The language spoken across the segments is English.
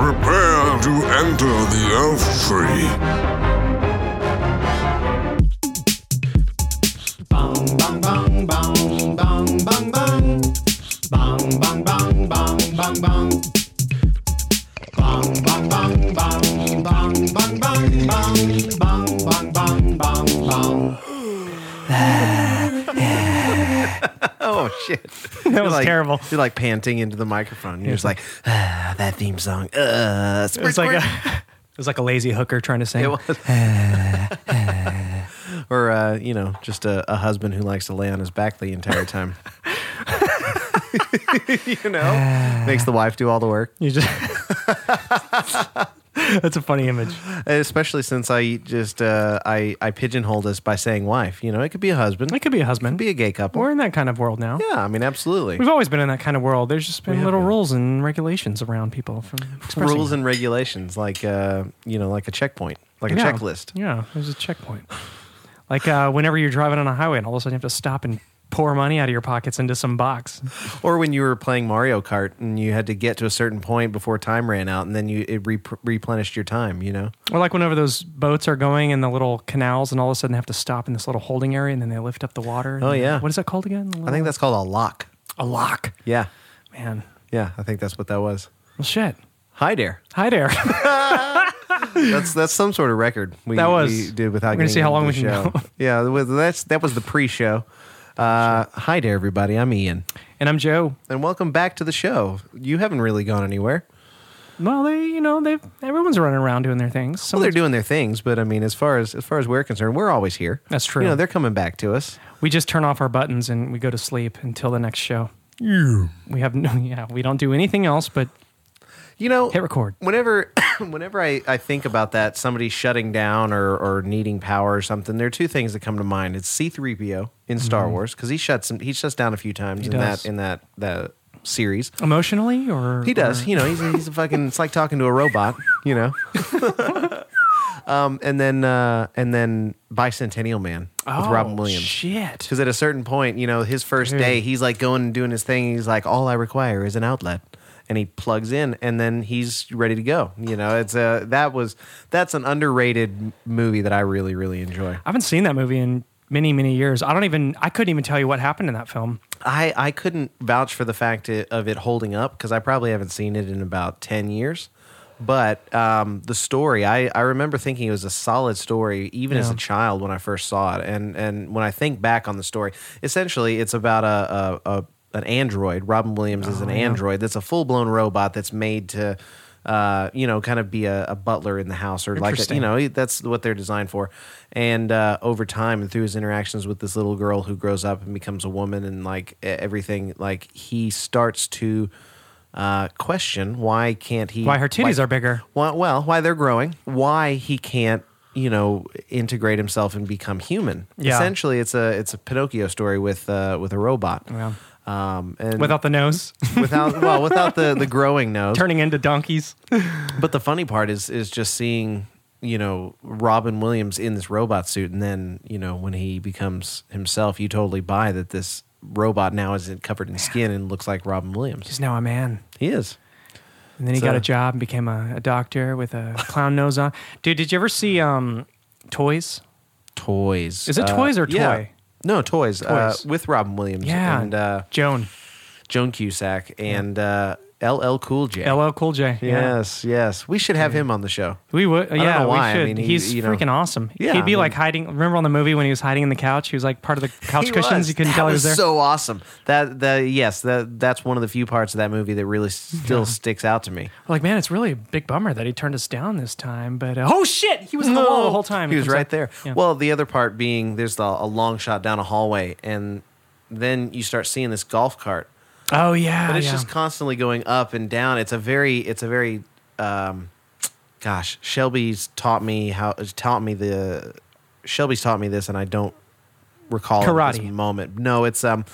Prepare to enter the elf tree. Oh shit! That was like, terrible. You're like panting into the microphone. You're just like, ah, that theme song. Uh, It was like a, it was like a lazy hooker trying to sing. It was. or uh, you know, just a, a husband who likes to lay on his back the entire time. you know, makes the wife do all the work. You just. That's a funny image. Especially since I just uh, I I pigeonholed us by saying wife. You know, it could be a husband, It could be a husband. be a gay couple. We're in that kind of world now. yeah, I mean, absolutely. We've always been in that kind of world. There's just been have little been. rules and regulations around people from expressing Rules and regulations, like uh, you know, like a checkpoint, like a Yeah. checklist. Yeah, there's a checkpoint. Like uh, whenever you're driving on a highway and all of a sudden you have to stop and pour money out of your pockets into some box. Or when you were playing Mario Kart and you had to get to a certain point before time ran out, and then you it re- replenished your time. You know, Or like whenever those boats are going in the little canals and all of a sudden they have to stop in this little holding area and then they lift up the water. Oh, yeah. What is that called again? I think that's called a lock. a lock. Yeah, Man. yeah, I think that's what that was. Well, shit. Hi there. Hi there. That's that's some sort of record we, That was- we did without. we're gonna getting see how long into we the can show. go. Yeah, that was- that's that was the pre-show. Uh, hi there, everybody. I'm Ian, and I'm Joe. and welcome back to the show. You haven't really gone anywhere. Well, they, you know, they everyone's running around doing their things. Well, they're Someone's- doing their things, but I mean, as far as as far as we're concerned, we're always here. That's true. You know, they're coming back to us. we just turn off our buttons and we go to sleep until the next show. We have no, yeah, we don't do anything else but You know, Hit record. Whenever, whenever I, I think about that, somebody shutting down or, or needing power or something. There are two things that come to mind. It's C three PO in Star Wars because he shuts him, he shuts down a few times in Mm-hmm. does. that in that that series. emotionally or He does. or- You know, he's a, he's a fucking. It's like talking to a robot. You know. um, and then uh, and then Bicentennial Man with Oh, Robin Williams. Shit. Because at a certain point, you know, his first Dude. day, he's like going and doing his thing. He's like, all I require is an outlet. And he plugs in and then he's ready to go. You know, it's a, that was, that's an underrated m- movie that I really, really enjoy. I haven't seen that movie in many, many years. I don't even, I couldn't even tell you what happened in that film. I, I couldn't vouch for the fact i- of it holding up because I probably haven't seen it in about 10 years. But um, the story, I, I remember thinking it was a solid story, even as Yeah. a child when I first saw it. And, and when I think back on the story, essentially it's about a, a, a an android. Robin Williams is an android that's a full blown robot that's made to, uh, you know, kind of be a, a butler in the house or like, a, Interesting. you know, he- that's what they're designed for. And uh, over time, and through his interactions with this little girl who grows up and becomes a woman, and like e- everything, like he starts to uh, question why can't he? Why her titties why- are bigger. Why, well, why they're growing? Why he can't? You know, integrate himself and become human. Yeah. Essentially, it's a it's a Pinocchio story with uh, with a robot. Yeah. Um, and Without the nose, without well without the the growing nose. turning into donkeys. But the funny part is is just seeing you know Robin Williams in this robot suit, and then you know when he becomes himself, you totally buy that this robot now is covered in skin and looks like Robin Williams. He's now a man. He is. And then he got So- a job and became a, a doctor with a clown nose on. Dude, did you ever see um, Toys? Toys. Is it toys or Uh, yeah. toy? No, toys, Uh, Toys. with Robin Williams Yeah. and uh, Joan. Joan Cusack and uh, LL Cool J. LL Cool J. Yes, yes. We should have him on the show. We would, yeah, know why. I we should. mean, he- He's you know- freaking awesome. Yeah, He'd be I like mean- hiding. Remember on the movie when he was hiding in the couch? He was like part of the couch He cushions. was. You couldn't That tell he was was there. So awesome. That that yes, that that's one of the few parts of that movie that really still sticks out to me. We're like, man, it's really a big bummer that he turned us down this time. But uh, oh shit, he was in the wall the whole time. He was comes right up- there. Yeah. Well, the other part being there's the, a long shot down a hallway, and then you start seeing this golf cart, oh yeah, but it's yeah. just constantly going up and down. It's a very, it's a very, um, gosh, Shelby's taught me how taught me the Shelby's taught me this, and I don't recall it at this Karate. moment. No, it's um.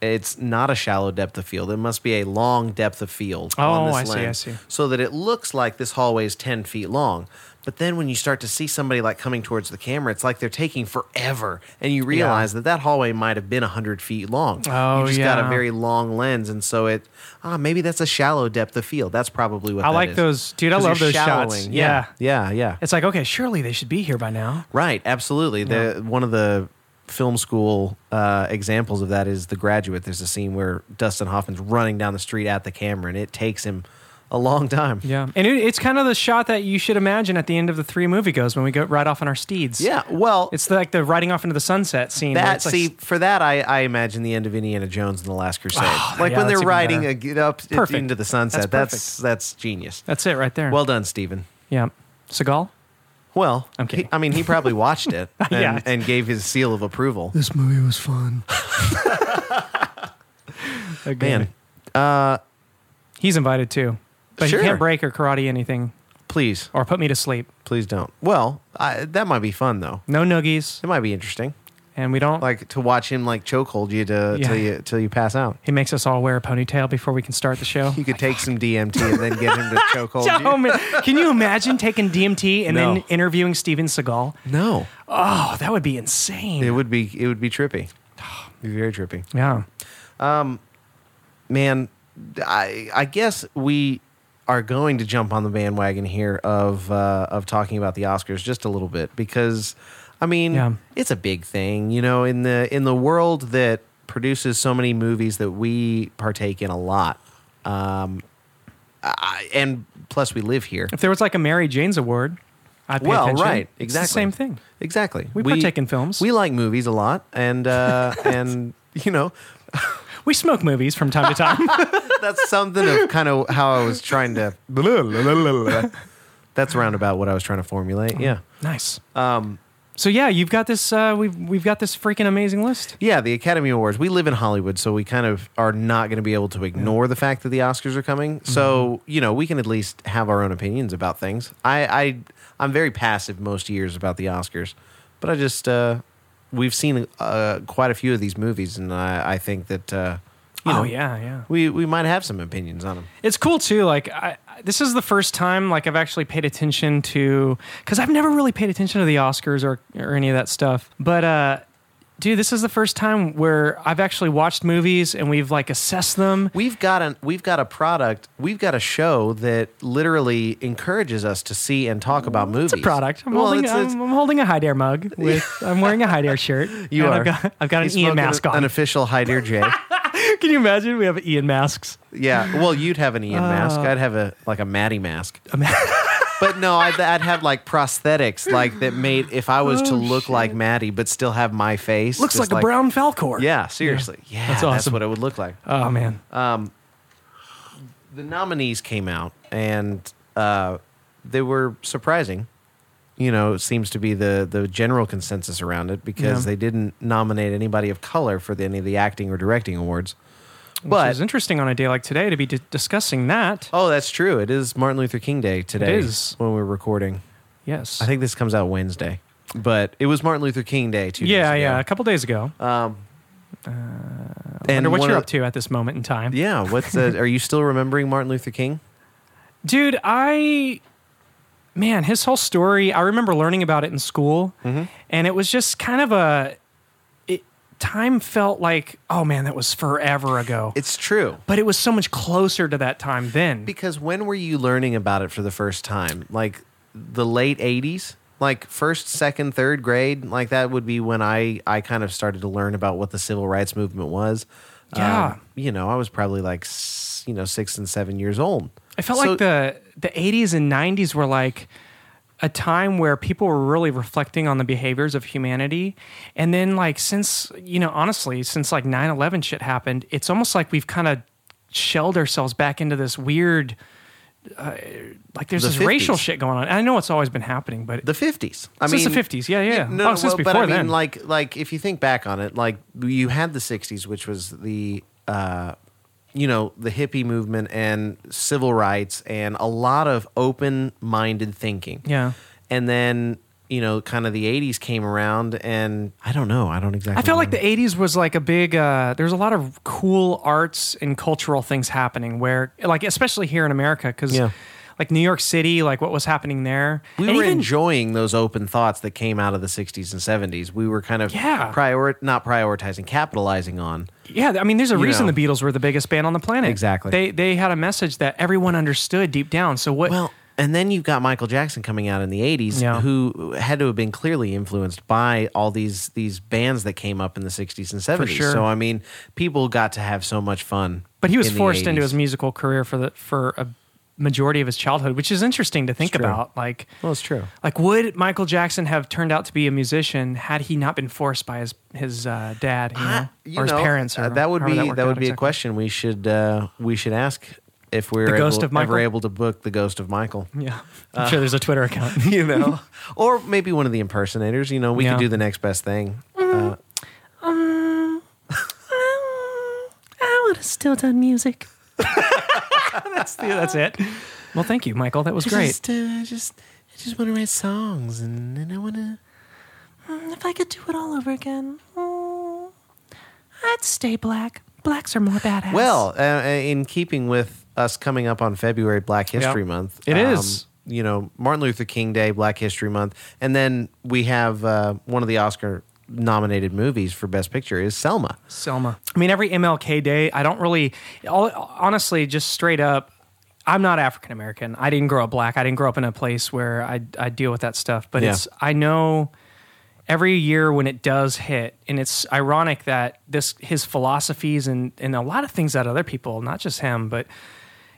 it's not a shallow depth of field. It must be a long depth of field Oh, on this I see, I lens, see. so that it looks like this hallway is ten feet long. But then when you start to see somebody like coming towards the camera, it's like they're taking forever, and you realize that that hallway might have been hundred feet long. Oh, you just got a yeah. very long lens, and so it ah maybe that's a shallow depth of field. That's probably what I that like is. those- dude, I 'Cause love you're those shots. shallowing. Yeah. yeah, yeah. yeah. It's like, okay, surely they should be here by now. Right, absolutely. The one of the film school uh, examples of that is The Graduate. There's a scene where Dustin Hoffman's running down the street at the camera, and it takes him a long time. Yeah, and it, it's kind of the shot that you should imagine at the end of the three movie goes when we go ride off on our steeds. Yeah, well, it's like the riding off into the sunset scene. where that it's like- see for that I, I imagine the end of Indiana Jones and the Last Crusade, like Oh, yeah, when they're that's even riding better. a, get up Perfect. into the That's sunset. That's that's, perfect. genius. that's it right there. Well done, Stephen. yeah, Seagal. Well, I'm he, kidding. I mean, he probably watched it and, Yeah. and gave his seal of approval. This movie was fun. Man, he's invited too, but Sure. he can't break or karate anything please, or put me to sleep. please don't. Well, I, that might be fun though. No noogies, It might be interesting. and we don't. like to watch him like chokehold you to Yeah. till you till you pass out. he makes us all wear a ponytail before we can start the show. You could take some DMT and then get him to chokehold Oh, you. man. Can you imagine taking DMT and No. then interviewing Steven Seagal? No, Oh, that would be insane. it would be it would be trippy, be very trippy. yeah. Man, I I guess we are going to jump on the bandwagon here of uh, of talking about the Oscars just a little bit because I mean Yeah. it's a big thing, you know, in the in the world that produces so many movies that we partake in a lot. Um, I, and plus, we live here. If there was like a Mary Jane's award, I'd pay well, attention. right, It's exactly. the same thing. Exactly. We partake in films. We like movies a lot, and uh, and you know We smoke movies from time to time. that's something of kind of how I was trying to. that's roundabout what I was trying to formulate. Yeah, nice. Um, so yeah, you've got this. Uh, we've we've got this freaking amazing list. yeah. The Academy Awards. We live in Hollywood, so we kind of are not going to be able to ignore the fact that the Oscars are coming. Mm-hmm. So you know, we can at least have our own opinions about things. I, I I'm very passive most years about the Oscars, but I just uh, we've seen uh, quite a few of these movies, and I, I think that. Uh, you know, oh yeah, yeah. we we might have some opinions on them. It's cool too. Like I, I- this is the first time like I've actually paid attention to because I've never really paid attention to the Oscars or or any of that stuff. But uh, dude, this is the first time where I've actually watched movies and we've like assessed them. We've got an we've got a product. We've got a show that literally encourages us to see and talk about movies. It's a product. I'm, holding, it's- it's- I'm, I'm holding a high dare mug. With, I'm wearing a high dare shirt. you and are. I've got, I've got He's an Ian smoking mask an- on. An official high deer J. Can you imagine? We have Ian masks. yeah. Well, you'd have an Uh, Ian mask. I'd have a like a Maddie mask. but no, I'd, I'd have like prosthetics like that made if I was to look like Maddie but still have my face. Oh, Looks just like, a brown falcor. Yeah. Seriously. Yeah. That's that's, awesome. what it would look like. Oh man. the nominees came out and uh, they were surprising. You know, it seems to be the the general consensus around it because Yeah. they didn't nominate anybody of color for the, any of the acting or directing awards. Which But is interesting on a day like today to be di- discussing that. oh, that's true. It is Martin Luther King Day today. is. when we're recording. Yes. I think this comes out Wednesday, but it was Martin Luther King Day two. days Yeah, ago. yeah. A couple days ago. And Wonder what one you're of- up to at this moment in time, Yeah, what's the, are you still remembering Martin Luther King? dude. I, man, his whole story. I remember learning about it in school, Mm-hmm. and it was just kind of a. It, time felt like, oh man, that was forever ago. It's true. but it was so much closer to that time then. Because when were you learning about it for the first time? Like the late eighties? Like first, second, third grade? Like that would be when I, I kind of started to learn about what the civil rights movement was. Um, Yeah. you know, I was probably like, s- you know, six and seven years old. I felt So- like the the 80s and 90s were like a time where people were really reflecting on the behaviors of humanity and then like since you know honestly since like 9/11 shit happened it's almost like we've kind of shelled ourselves back into this weird uh, like there's The this racial 50s. shit going on. I know it's always been happening, but the fifties. I Since the mean 50s, yeah, yeah. No, no Oh, since well, but before I mean, then. like, like if you think back on it, like you had the sixties, which was the, uh, you know, the hippie movement and civil rights and a lot of open-minded thinking. Yeah. and then you know, kind of the 80s came around and I don't know. I don't exactly I feel like know. the 80s was like a big, uh, there's a lot of cool arts and cultural things happening where, like, especially here in America, because Yeah. like New York City, like what was happening there. we And were even- enjoying those open thoughts that came out of the 60s and 70s. We were kind of Yeah. prior not prioritizing, capitalizing on. Yeah, I mean, there's a reason know. the Beatles were the biggest band on the planet. Exactly. They they had a message that everyone understood deep down. So what? Well, and then you've got Michael Jackson coming out in the '80s, Yeah. who had to have been clearly influenced by all these these bands that came up in the '60s and '70s. sure. So I mean, people got to have so much fun. but he was in the forced into 80s. his musical career for the for a majority of his childhood, which is interesting to think about. Like, Well, it's true. like would Michael Jackson have turned out to be a musician had he not been forced by his his uh, dad, you know, I- you or his know, parents? Or uh, that would however be that, worked would out be a exactly. question we should uh, we should ask if we're The able, ghost of Michael? ever able to book the ghost of Michael. Yeah, I'm sure there's a Twitter account. Uh, You know, or maybe one of the impersonators. You know, we Yeah. could do the next best thing. I would have still done music. that's the, that's it. Well, thank you, Michael. That was great. uh, I just I just want to write songs and, and I want to. If I could do it all over again, mm, I'd stay black. Blacks are more badass. Well, uh, uh, in keeping with us coming up on February Black History Month, It it is. is. You know, Martin Luther King Day, Black History Month, and then we have uh, one of the Oscar-nominated movies for Best Picture is Selma. Selma. I mean, every MLK day, I don't really, all, honestly, just straight up, I'm not African American. I didn't grow up black. I didn't grow up in a place where I, I deal with that stuff. But Yeah. it's, I know every year when it does hit, and it's ironic that this, his philosophies and, and a lot of things that other people, not just him, but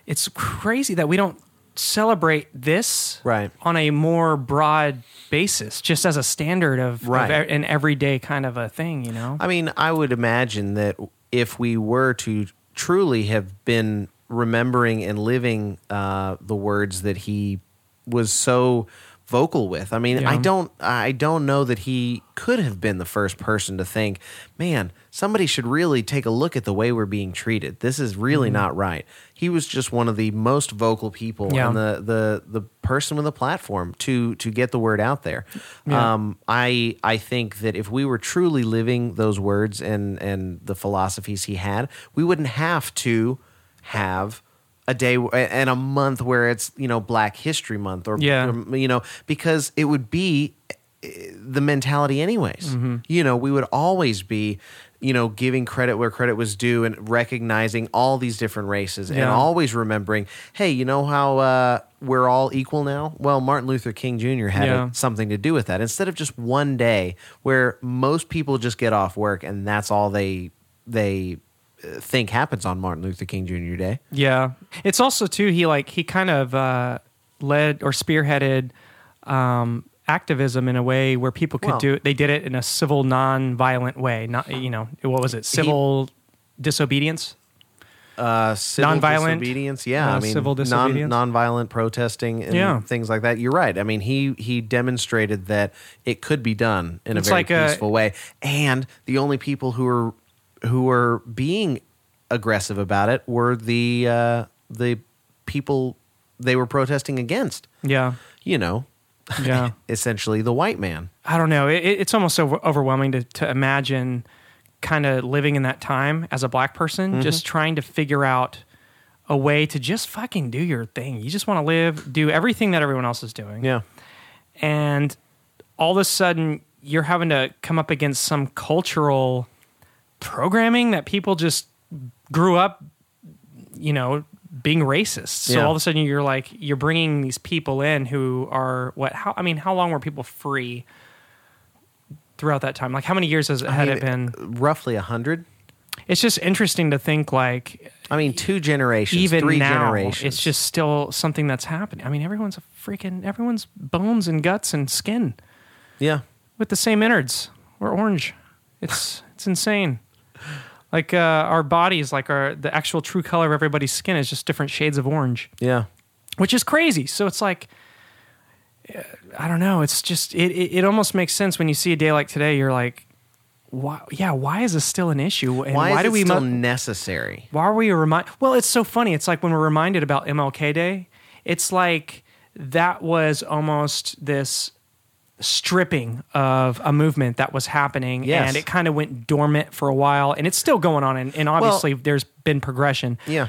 it's crazy that we don't celebrate this Right. on a more broad basis, just as a standard of, of Right. e- an everyday kind of a thing, you know? I mean, I would imagine that if we were to truly have been remembering and living uh, the words that he was so vocal with, I mean, Yeah. I don't, I don't know that he could have been the first person to think, man, somebody should really take a look at the way we're being treated. This is really Mm-hmm. not right. He was just one of the most vocal people Yeah. and the the the person with the platform to to get the word out there. Um, I I think that if we were truly living those words and and the philosophies he had, we wouldn't have to have a day w- and a month where it's you know Black History Month or Yeah. or, you know because it would be eh, the mentality anyways. Mm-hmm. You know, we would always be you know giving credit where credit was due and recognizing all these different races and Yeah. all always remembering, hey, you know how uh, we're all equal now? Well, Martin Luther King Jr. had Yeah. a- something to do with that. Instead of just one day where most people just get off work and that's all they they uh, think happens on Martin Luther King Jr. Day. Yeah. It's also too he like he kind of uh led or spearheaded um activism in a way where people could Well- do it. They did it in a civil non-violent way, not you know, what was it? Civil disobedience? Uh, civil Nonviolent, disobedience, yeah. uh, I mean, civil disobedience. Non, nonviolent protesting and Yeah. things like that. You're right. I mean, he he demonstrated that it could be done in It's a very like a- peaceful way, and the only people who were who were being aggressive about it were the uh, the people they were protesting against. Yeah. You know, Yeah. essentially the white man. I don't know. It, it- it's almost over, overwhelming to, to imagine kind of living in that time as a black person, just trying to figure out a way to just fucking do your thing. You just want to live, do everything that everyone else is doing. Yeah. and all of a sudden you're having to come up against some cultural programming that people just grew up you know being racist so Yeah. all of a sudden you're like you're bringing these people in who are what how i mean how long were people free throughout that time like how many years has had it been uh, roughly a hundred? it's just interesting to think like I mean, two generations, even three now generations. it's just still something that's happening i mean everyone's a freaking everyone's bones and guts and skin yeah. with the same innards. We're orange. It's it's insane. Like uh, our bodies, like our the actual true color of everybody's skin is just different shades of orange, Yeah. which is crazy. So it's like uh, I don't know. It's just it, it it almost makes sense when you see a day like today. You're like, why? Yeah, why is this still an issue? And Why, is do it we still mu- necessary? why are we remind? Well, it's so funny. It's like when we're reminded about MLK Day. It's like that was almost this stripping of a movement that was happening Yes. and it kind of went dormant for a while and it's still going on and, and obviously there's been progression Yeah.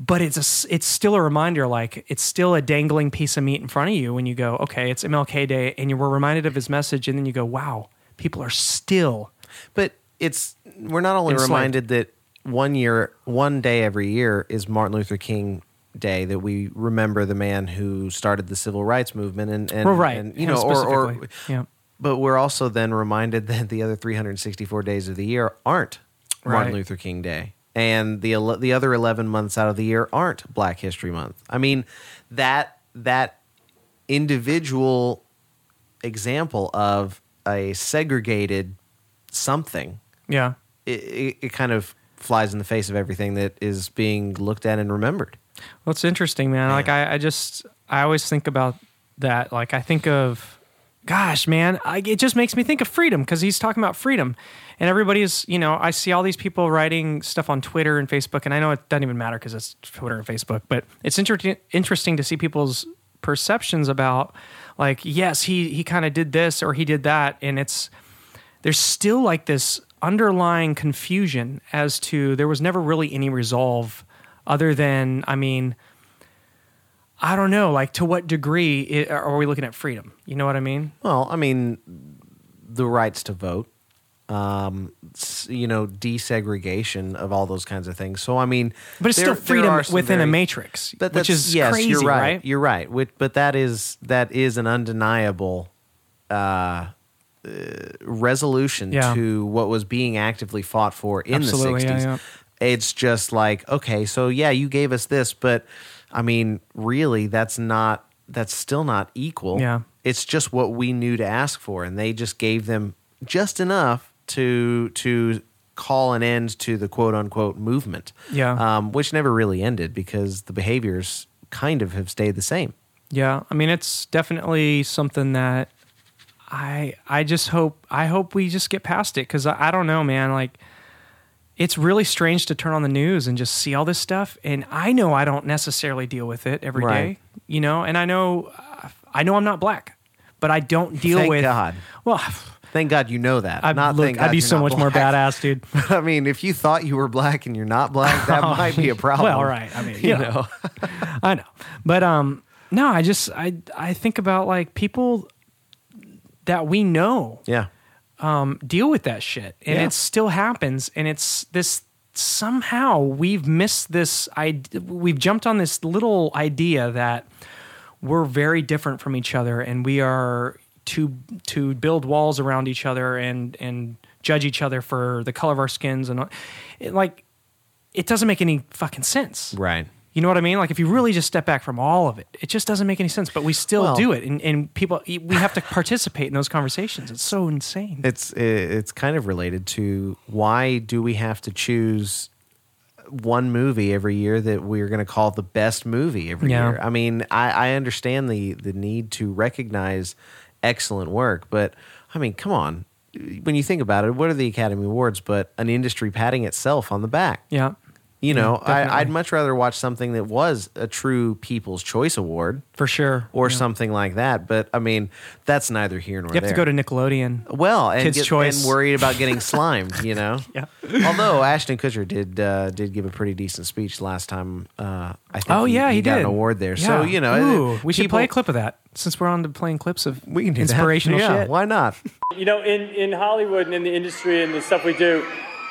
but it's a s it's still a reminder like it's still a dangling piece of meat in front of you when you go okay it's mlk day and you were reminded of his message and then you go wow people are still But it's we're not only It's like- reminded that one year, one day every year is Martin Luther King Day that we remember the man who started the civil rights movement and, and Well, right and, you him know or, or specifically. yeah but we're also then reminded that the other 364 days of the year aren't Martin Right. Luther King Day and the ele- the other 11 months out of the year aren't Black History Month. I mean that that individual example of a segregated something yeah it, it, it kind of flies in the face of everything that is being looked at and remembered. Well, it's interesting, man. Like I, I just I always think about that. Like I think of, gosh, man, I, it just makes me think of freedom because he's talking about freedom, and everybody is, you know, I see all these people writing stuff on Twitter and Facebook, and I know it doesn't even matter because it's Twitter and Facebook, but it's inter- interesting to see people's perceptions about, like, yes, he he kind of did this or he did that, and it's there's still like this underlying confusion as to there was never really any resolve other than i mean i don't know like to what degree i are we looking at freedom you know what i mean Well, I mean, the rights to vote, um, s- you know, desegregation of all those kinds of things. So I mean, but it's there- still there freedom are some within a very- matrix But which that's- is yes, crazy you're right, right, You're right. Which, but that is that is an undeniable uh, uh, resolution Yeah. to what was being actively fought for in Absolutely, the yeah, 60s. yeah. It's just like, okay, so yeah, you gave us this, but I mean, really, that's not that's still not equal. Yeah. It's just what we knew to ask for, and they just gave them just enough to to call an end to the quote unquote movement. Yeah. Um, which never really ended because the behaviors kind of have stayed the same. yeah i mean it's definitely something that i i just hope i hope we just get past it because I, I don't know man like it's really strange to turn on the news and just see all this stuff and i know i don't necessarily deal with it every day Right. you know and i know i know i'm not black but i don't deal Thank with God. well Thank God you know that. i not look, thank God i'd be you're so not much more black. badass dude I mean, if you thought you were black and you're not black, that might be a problem. Well, right. I mean, you, know, I know, but um, no, I just I I think about like people that we know Yeah. deal with that shit, and Yeah. it still happens, and it's this somehow we've missed this I we've jumped on this little idea that we're very different from each other, and we are to to build walls around each other and and judge each other for the color of our skins and it, like it doesn't make any fucking sense Right. you know what I mean? Like if you really just step back from all of it, it just doesn't make any sense. But we still Well- do it, and, and people we have to participate in those conversations. It's so insane. It's i- it's kind of related to why do we have to choose one movie every year that we're going to call the best movie every Yeah. year? I mean, I, I understand the the need to recognize excellent work, but I mean, come on. When you think about it, what are the Academy Awards but an industry patting itself on the back? yeah, You know, definitely. I, I'd much rather watch something that was a true People's Choice Award for sure. or Yeah. something like that. But I mean, that's neither here nor You have there. to go to Nickelodeon. Well, and, Kids' get, Choice. and worried about getting slimed, you know. Yeah. Although Ashton Kutcher did uh, did give a pretty decent speech last time. Uh, I think. Oh yeah, he, got did an award there. Yeah. So you know, it- Ooh, we should people- play a clip of that since we're on to playing clips of We can do that. inspirational Yeah, shit. Why not? You know, in, in Hollywood and in the industry and the stuff we do,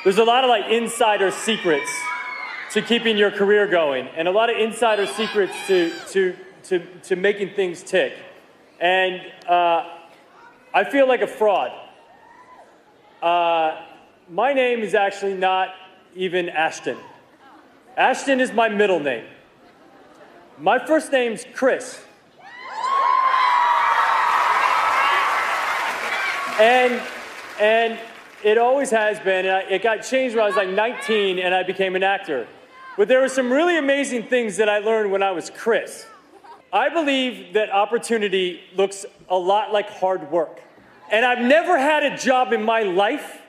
there's a lot of like insider secrets to keeping your career going and a lot of insider secrets to, to, to, to making things tick. And uh, I feel like a fraud. Uh, my name is actually not even Ashton. Ashton is my middle name. My first name's Chris. and and it always has been. And I, it got changed when I was like 19, and I became an actor. But there were some really amazing things that I learned when I was Chris. I believe that opportunity looks a lot like hard work, and I've never had a job in my life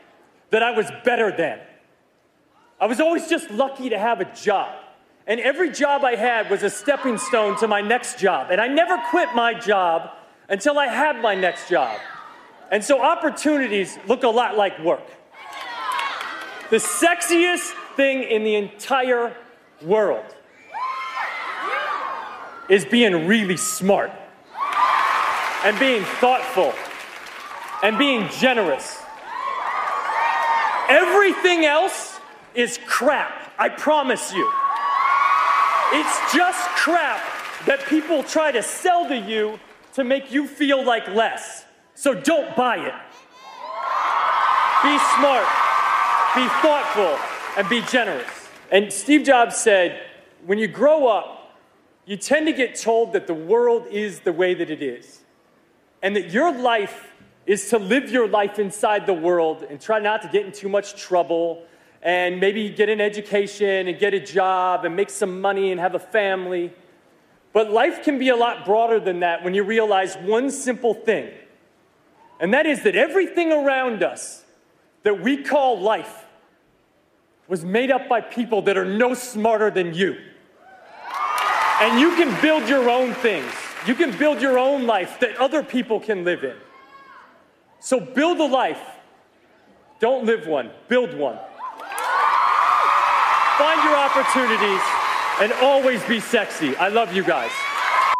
that I was better than. I was always just lucky to have a job. And every job I had was a stepping stone to my next job. And I never quit my job until I had my next job. And so opportunities look a lot like work. The sexiest thing in the entire world is being really smart and being thoughtful and being generous. Everything else is crap, I promise you. It's just crap that people try to sell to you to make you feel like less. So don't buy it. Be smart, be thoughtful, and be generous. And Steve Jobs said when you grow up, you tend to get told that the world is the way that it is, and that your life is to live your life inside the world and try not to get in too much trouble and maybe get an education and get a job and make some money and have a family. But life can be a lot broader than that when you realize one simple thing, and that is that everything around us that we call life was made up by people that are no smarter than you. And you can build your own things, you can build your own life that other people can live in. So build a life. Don't live one, build one. Find your opportunities and always be sexy. I love you guys.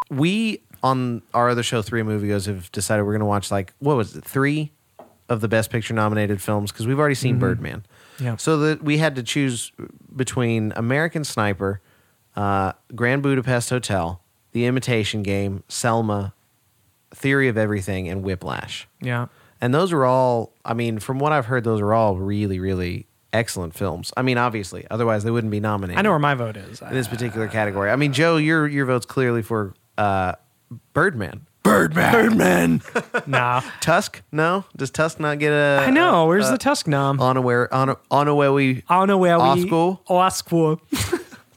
we on our other show, Three Movies, have decided we're going to watch like what was it, three of the Best Picture nominated films because we've already seen Birdman. Mm-hmm. Yeah. So that we had to choose between American Sniper, uh, Grand Budapest Hotel, The Imitation Game, Selma, Theory of Everything, and Whiplash. Yeah. And those are all, I mean, from what I've heard, those are all really, really excellent films. I mean, obviously, otherwise they wouldn't be nominated I know where my vote is. in this particular category. I mean, Joe, your your vote's clearly for uh, Birdman. nah. Tusk? No, does Tusk not get a? I know. Where's Uh, the Tusk nom? On aware, on on aware we I don't know where we. Oscar? Oscar.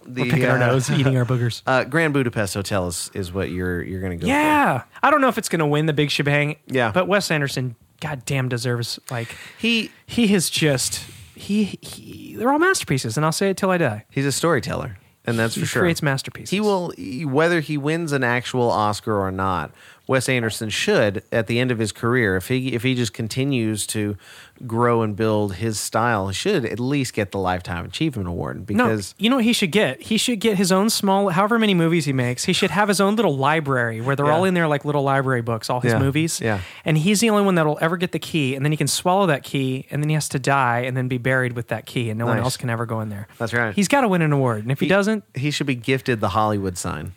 the Picking our uh, nose, eating our boogers. Uh, Grand Budapest Hotel is, is what you're you're gonna go. yeah. I don't know if it's going to win the big shebang. Yeah. But Wes Anderson, goddamn, deserves like for. he he has just he, he they're all masterpieces, and I'll say it till I die. he's a storyteller, and that's He for sure. creates masterpieces. He will he- whether he wins an actual Oscar or not. Wes Anderson should at the end of his career, if he if he just continues to grow and build his style, should at least get the lifetime achievement award No, because you know what he should get? He should get his own small, however many movies he makes. He should have his own little library where they're Yeah. all in there like little library books, all his Yeah. movies. Yeah. And he's the only one that'll ever get the key, and then he can swallow that key, and then he has to die, and then be buried with that key, and no one Nice. else can ever go in there. That's right. He's got to win an award, and if he, doesn't, he should be gifted the Hollywood sign.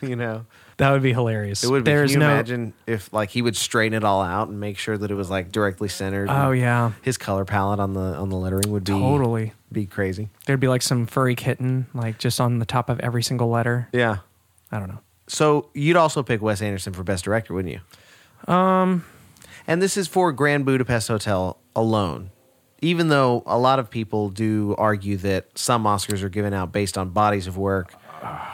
you know. that would be hilarious. It would be. There's Can you no, imagine if like he would straighten it all out and make sure that it was like directly centered? and Oh, yeah. his color palette on the on the lettering would be Totally. be crazy. There'd be like some furry kitten, like just on the top of every single letter. Yeah. I don't know. So you'd also pick Wes Anderson for best director, wouldn't you? Um, Um, and this is for Grand Budapest Hotel alone. Even though a lot of people do argue that some Oscars are given out based on bodies of work,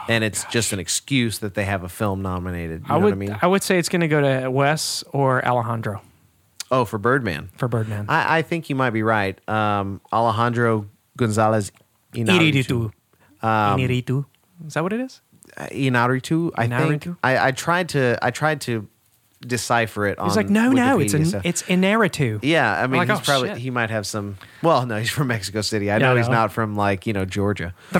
and it's just an excuse that they have a film nominated. You Ah, I know would, what I mean? would say it's going to go to Wes or Alejandro oh, for Birdman. for Birdman. I, I think you might be right. Um, Alejandro Gonzalez Inarritu. Iritu. um, Iniritu. Is that what it is? Inarritu, I think. Inarritu? I, I tried to I tried to decipher it. He's on like, no, no, it's Wikipedia, an, so- it's Inaritu. yeah. I mean, like, he's oh, probably shit. he might have some. Well, no, he's from Mexico City. I Yeah, know I he's know. not from like you know Georgia. Uh,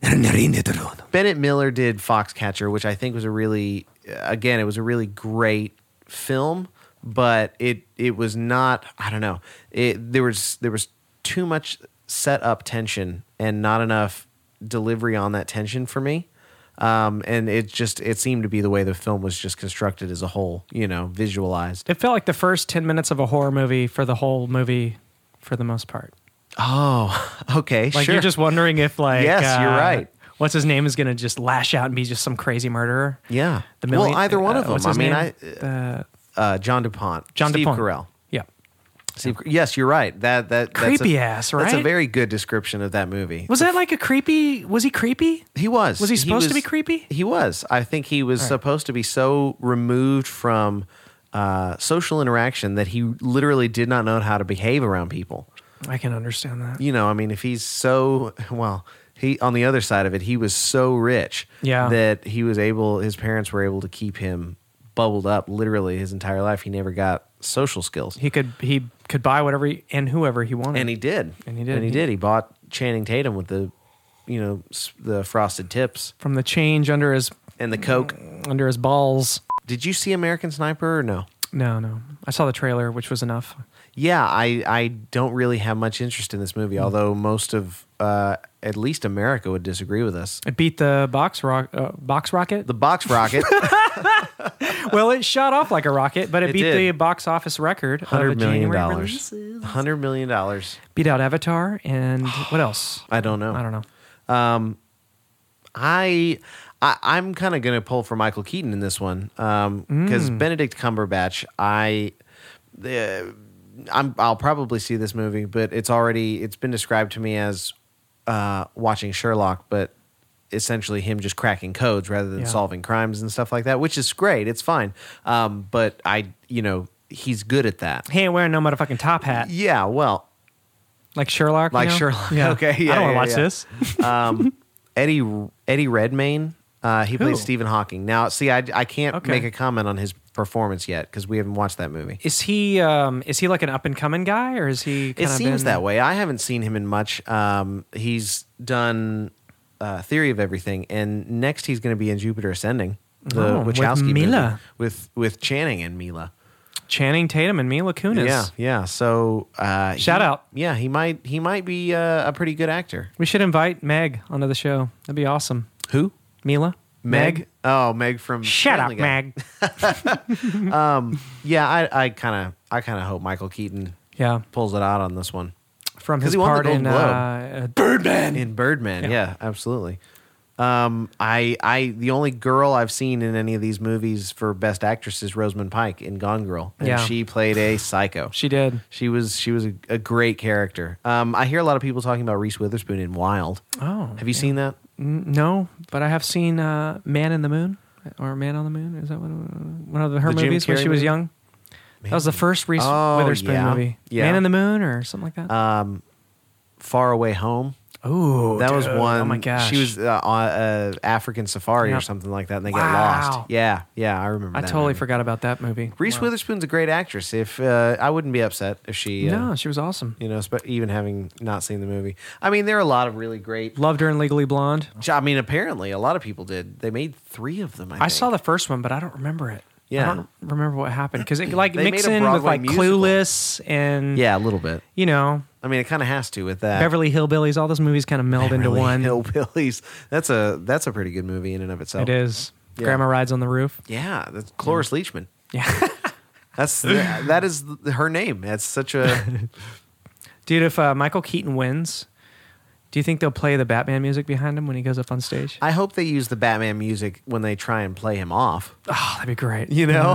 Bennett Miller did Foxcatcher, which I think was a really, again, it was a really great film, but it it was not. I don't know. It there was there was too much set up tension and not enough delivery on that tension for me. Um, and it just it seemed to be the way the film was just constructed as a whole, you know, visualized. it felt like the first 10 minutes of a horror movie for the whole movie for the most part. Oh, okay, Like, sure. you're just wondering if, like, Yes, you're uh, right. What's his name is going to just lash out and be just some crazy murderer. yeah. The well, million- either one uh, of them. what's I his mean, name? I The- uh, John DuPont, John Steve DuPont. Carell. Yeah. Steve, yes, you're right. That that Creepy that's ass, a, That's a right? very good description of that movie. Was that like a creepy? Was he creepy? he was? Was he supposed to was- be creepy? He was. I think he was supposed to be so removed from uh, social interaction that he literally did not know how to behave around people. I can understand that. You know, I mean, if he's so well, he on the other side of it, he was so rich Yeah. that he was able. His parents were able to keep him bubbled up literally his entire life. He never got social skills, He could he could buy whatever he, and whoever he wanted. and he did, And he did. and he did. He bought Channing Tatum with the, you know, s- the frosted tips from the change under his and the coke. under his balls. Did you see American Sniper or no? No, no. I saw the trailer, which was enough. Yeah, I, I don't really have much interest in this Mm. movie, although most of uh, at least America would disagree with us. It beat the box rock uh, box rocket. The box rocket, well, it shot off like a rocket, but it, It beat did. the box office record. of a hundred million January dollars, release. hundred million dollars. Beat out Avatar and what else? I don't know. I don't know. I, I I'm kind of gonna pull for Michael Keaton in this one because Benedict Cumberbatch. I the I'm I'll probably see this movie, but it's already it's been described to me as uh, watching Sherlock, but essentially him just cracking codes rather than Yeah. solving crimes and stuff like that, which is great. It's fine, um, but I you know he's good at that. He ain't wearing no motherfucking top hat Yeah, well, like Sherlock. you Like know? Sherlock. Yeah. Okay, yeah, I don't want to yeah, watch yeah. this. Eddie Eddie Redmayne. Uh, he Who? plays Stephen Hawking. Now, see, I, I can't Okay. make a comment on his performance yet because we haven't watched that movie. Is he um is he like an up and coming guy or is he? It Kind of seems been, that way. I haven't seen him in much. Um, he's done uh, Theory of Everything, and next he's going to be in Jupiter Ascending, the Oh, with Wachowski movie Mila. with with Channing and Mila. Channing Tatum and Mila Kunis. Yeah, yeah. So uh, he- Shout out. Yeah, he might he might be uh, a pretty good actor. We should invite Meg onto the show. That'd be awesome. Who? Mila. Meg? Oh, Meg from Shut up, Family Guy. Meg. Yeah, I I kind of I kind of hope Michael Keaton Yeah, pulls it out on this one. from 'Cause his he won the part in Golden uh, in Birdman. Yeah, absolutely. Um, I, I, the only girl I've seen in any of these movies for Best Actress is Rosamund Pike in Gone Girl, and Yeah. she played a psycho. She did. She was she was a, a great character. Um, I hear a lot of people talking about Reese Witherspoon in Wild. Oh, Have you seen that? N- no, but I have seen uh, Man in the Moon or Man on the Moon. Is that one, one of the, her The Jim movies when Carrey she was movie? young? That was the first Reese Oh, Witherspoon yeah. movie. Yeah. Man in the Moon or something like that. Far Away Home. oh, That was dude. one. Oh my gosh, she was uh, on uh, African safari Yeah. or something like that, and they Wow. got lost. Yeah, yeah, I remember. I that totally movie. forgot about that movie. Reese Witherspoon's a great actress. If uh, I wouldn't be upset if she uh, No, she was awesome. you know, spe- even having not seen the movie. I mean, there are a lot of really great. Loved her in Legally Blonde. I mean, apparently, a lot of people did. They made three of them. I, I saw the first one, but I don't remember it. Yeah. I don't remember what happened because it like They made mix a in with Broadway like musical. Clueless and Yeah, a little bit. you know I mean, it kind of has to with that. Beverly Hillbillies. All those movies kind of meld into Beverly one. Hillbillies. That's a that's a pretty good movie in and of itself. It is. Yeah. Grandma rides on the roof. Yeah, that's Cloris Leachman. Yeah, That's that is th- her name. That's such a dude. If uh, Michael Keaton wins, do you think they'll play the Batman music behind him when he goes up on stage? I hope they use the Batman music when they try and play him off. oh, that'd be great. You know?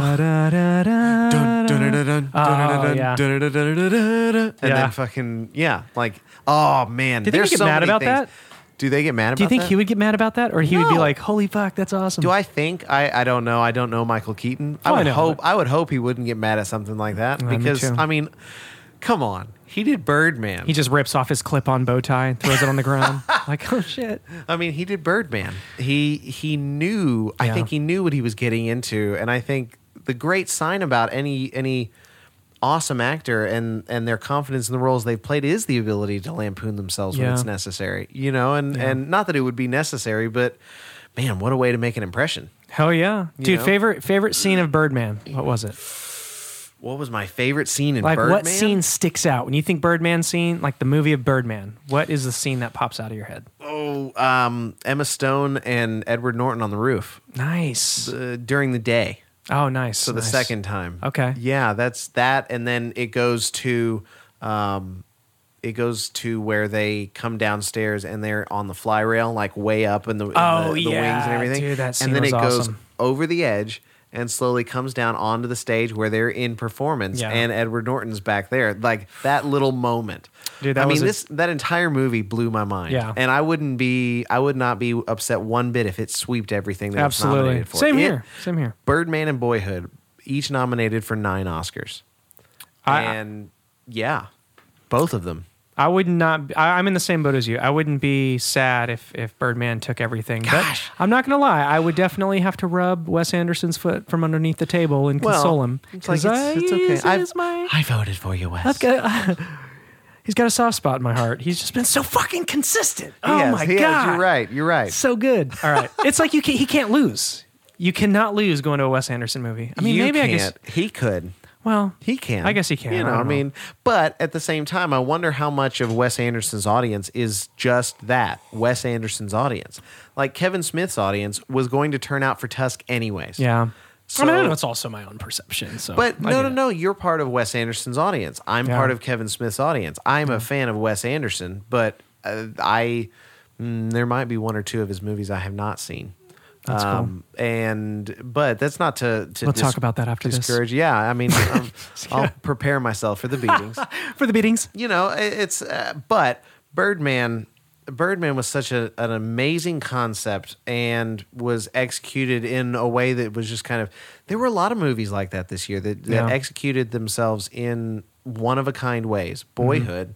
Dun, dun, dun, dun, dun, dun, Oh, dun, yeah. dun, dun, dun, dun, dun, dun. And Yeah. then fucking yeah, like oh man, Did they there's get so mad many about things. that? Do they get mad? Do you about think that? he would get mad about that, or he would be No. like, "Holy fuck, that's awesome"? Do I think I? I don't know. I don't know Michael Keaton. I Oh, I would know, hope. but- I would hope he wouldn't get mad at something like that Yeah, me because too. I mean, come on, he did Birdman. He just rips off his clip-on bow tie and throws it on the ground. like, oh shit. I mean, he did Birdman. He he knew. I Yeah. think he knew what he was getting into, and I think the great sign about any any awesome actor and and their confidence in the roles they've played is the ability to lampoon themselves when Yeah. it's necessary. You know, and and not that it would be necessary, but man, what a way to make an impression. Hell yeah, dude! know? Favorite favorite scene of Birdman? What was it? What was my favorite scene in Like, Birdman? what scene sticks out when you think Birdman scene? Like the movie of Birdman. What is the scene that pops out of your head? Oh, um, Emma Stone and Edward Norton on the roof Nice. uh, during the day. Oh, nice. So the second time. Okay. Yeah, that's that, and then it goes to, um, it goes to where they come downstairs and they're on the fly rail, like way up in the, in Oh, the, the wings yeah, and everything. dude, that scene and then was it awesome. goes over the edge and slowly comes down onto the stage where they're in performance Yeah. and Edward Norton's back there. Like that little moment. Dude, that I mean, was a- this that entire movie blew my mind. Yeah. And I wouldn't be I would not be upset one bit if it sweeped everything that it was Absolutely. nominated for. Same It- here. Same here. Birdman and Boyhood, each nominated for nine Oscars. I- and yeah, both of them. I would not. I, I'm in the same boat as you. I wouldn't be sad if if Birdman took everything. Gosh. But I'm not gonna lie. I would definitely have to rub Wes Anderson's foot from underneath the table and Well, console him. it's like, 'Cause it's- it's okay. he's- I've- he's my- I voted for you, Wes. I've got- he's got a soft spot in my heart. He's just been so fucking consistent. He Oh has, my he god! has. You're right. You're right. So good. All right. It's like you can, he can't lose. You cannot lose going to a Wes Anderson movie. I mean, You maybe I guess. can't. he could. Well, He can. I guess he can. You I know, don't I, mean, but at the same time, I wonder how much of Wes Anderson's audience is just that Wes Anderson's audience. Like Kevin Smith's audience was going to turn out for Tusk anyways. yeah. So, I mean, I know it's also my own perception. So, but I no, get no, it. no. You're part of Wes Anderson's audience. I'm Yeah. part of Kevin Smith's audience. I'm a fan of Wes Anderson, but uh, I mm, there might be one or two of his movies I have not seen. Um, That's cool. And but that's not to to We'll talk about that after this. discourage. Yeah, I mean, um, I'll prepare myself for the beatings For the beatings. you know, i- it's uh, but Birdman. Birdman was such a, an amazing concept and was executed in a way that was just kind of. There were a lot of movies like that this year that, that Yeah. executed themselves in one of a kind ways. Boyhood,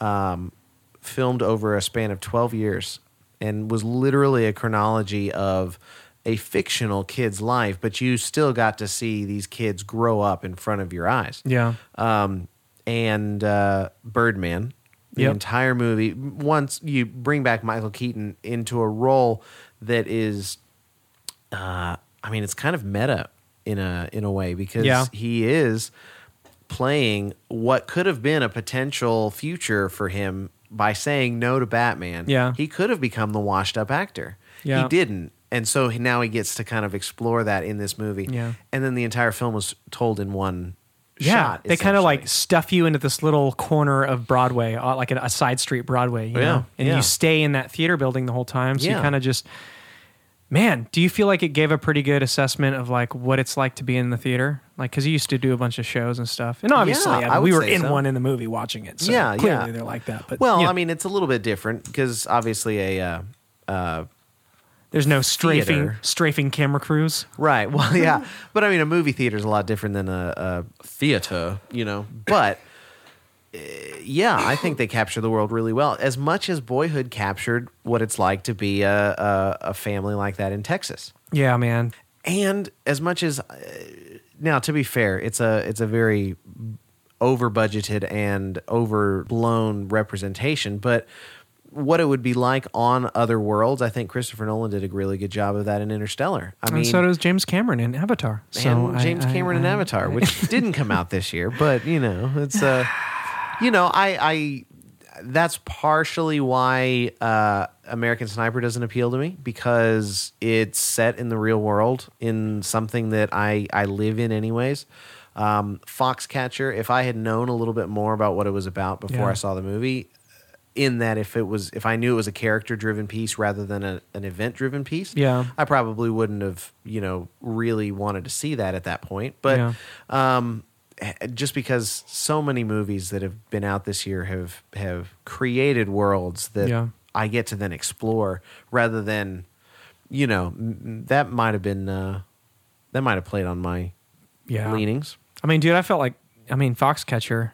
um, filmed over a span of 12 years and was literally a chronology of a fictional kid's life, but you still got to see these kids grow up in front of your eyes Yeah. um, and uh, Birdman. The Yep. entire movie. Once you bring back Michael Keaton into a role that is, uh, I mean, it's kind of meta in a in a way because Yeah. he is playing what could have been a potential future for him by saying no to Batman. Yeah. he could have become the washed up actor. Yeah. he didn't. And so he- now he gets to kind of explore that in this movie. Yeah. And then the entire film was told in one Yeah, shot, they kind of like essentially. stuff you into this little corner of Broadway, uh, like a, a side street Broadway. You Oh, Yeah, know? and yeah. you stay in that theater building the whole time. So Yeah. you kind of just, man, do you feel like it gave a pretty good assessment of like what it's like to be in the theater? Like, because you used to do a bunch of shows and stuff, and And obviously, obviously, Yeah, I mean, I we would were say in so. one in the movie watching it. So yeah, clearly yeah. they're like that. But well, you know. I mean, it's a little bit different because obviously a uh, there's no strafing Theater. strafing camera crews. right. Well, yeah, but I mean, a movie theater is a lot different than a, a theater, you know. But uh, yeah, I think they capture the world really well, as much as Boyhood captured what it's like to be a a, a family like that in Texas. Yeah, man. and as much as uh, now to be fair it's a it's a very over budgeted and overblown representation but what it would be like on other worlds i think christopher nolan did a really good job of that in interstellar i mean and so does James Cameron in Avatar. So and I- James I- Cameron in I- Avatar, which didn't come out this year, but you know, it's uh you know, I I that's partially why uh American Sniper doesn't appeal to me because it's set in the real world in something that I I live in anyways. Um Foxcatcher, if I had known a little bit more about what it was about before Yeah. I saw the movie, in that if it was if I knew it was a character driven piece rather than a, an event driven piece, Yeah. I probably wouldn't have you know really wanted to see that at that point. But Yeah. um, h- just because so many movies that have been out this year have have created worlds that Yeah. I get to then explore rather than you know m- that might have been uh, that might have played on my Yeah. leanings. I mean, dude, I felt like I mean Foxcatcher.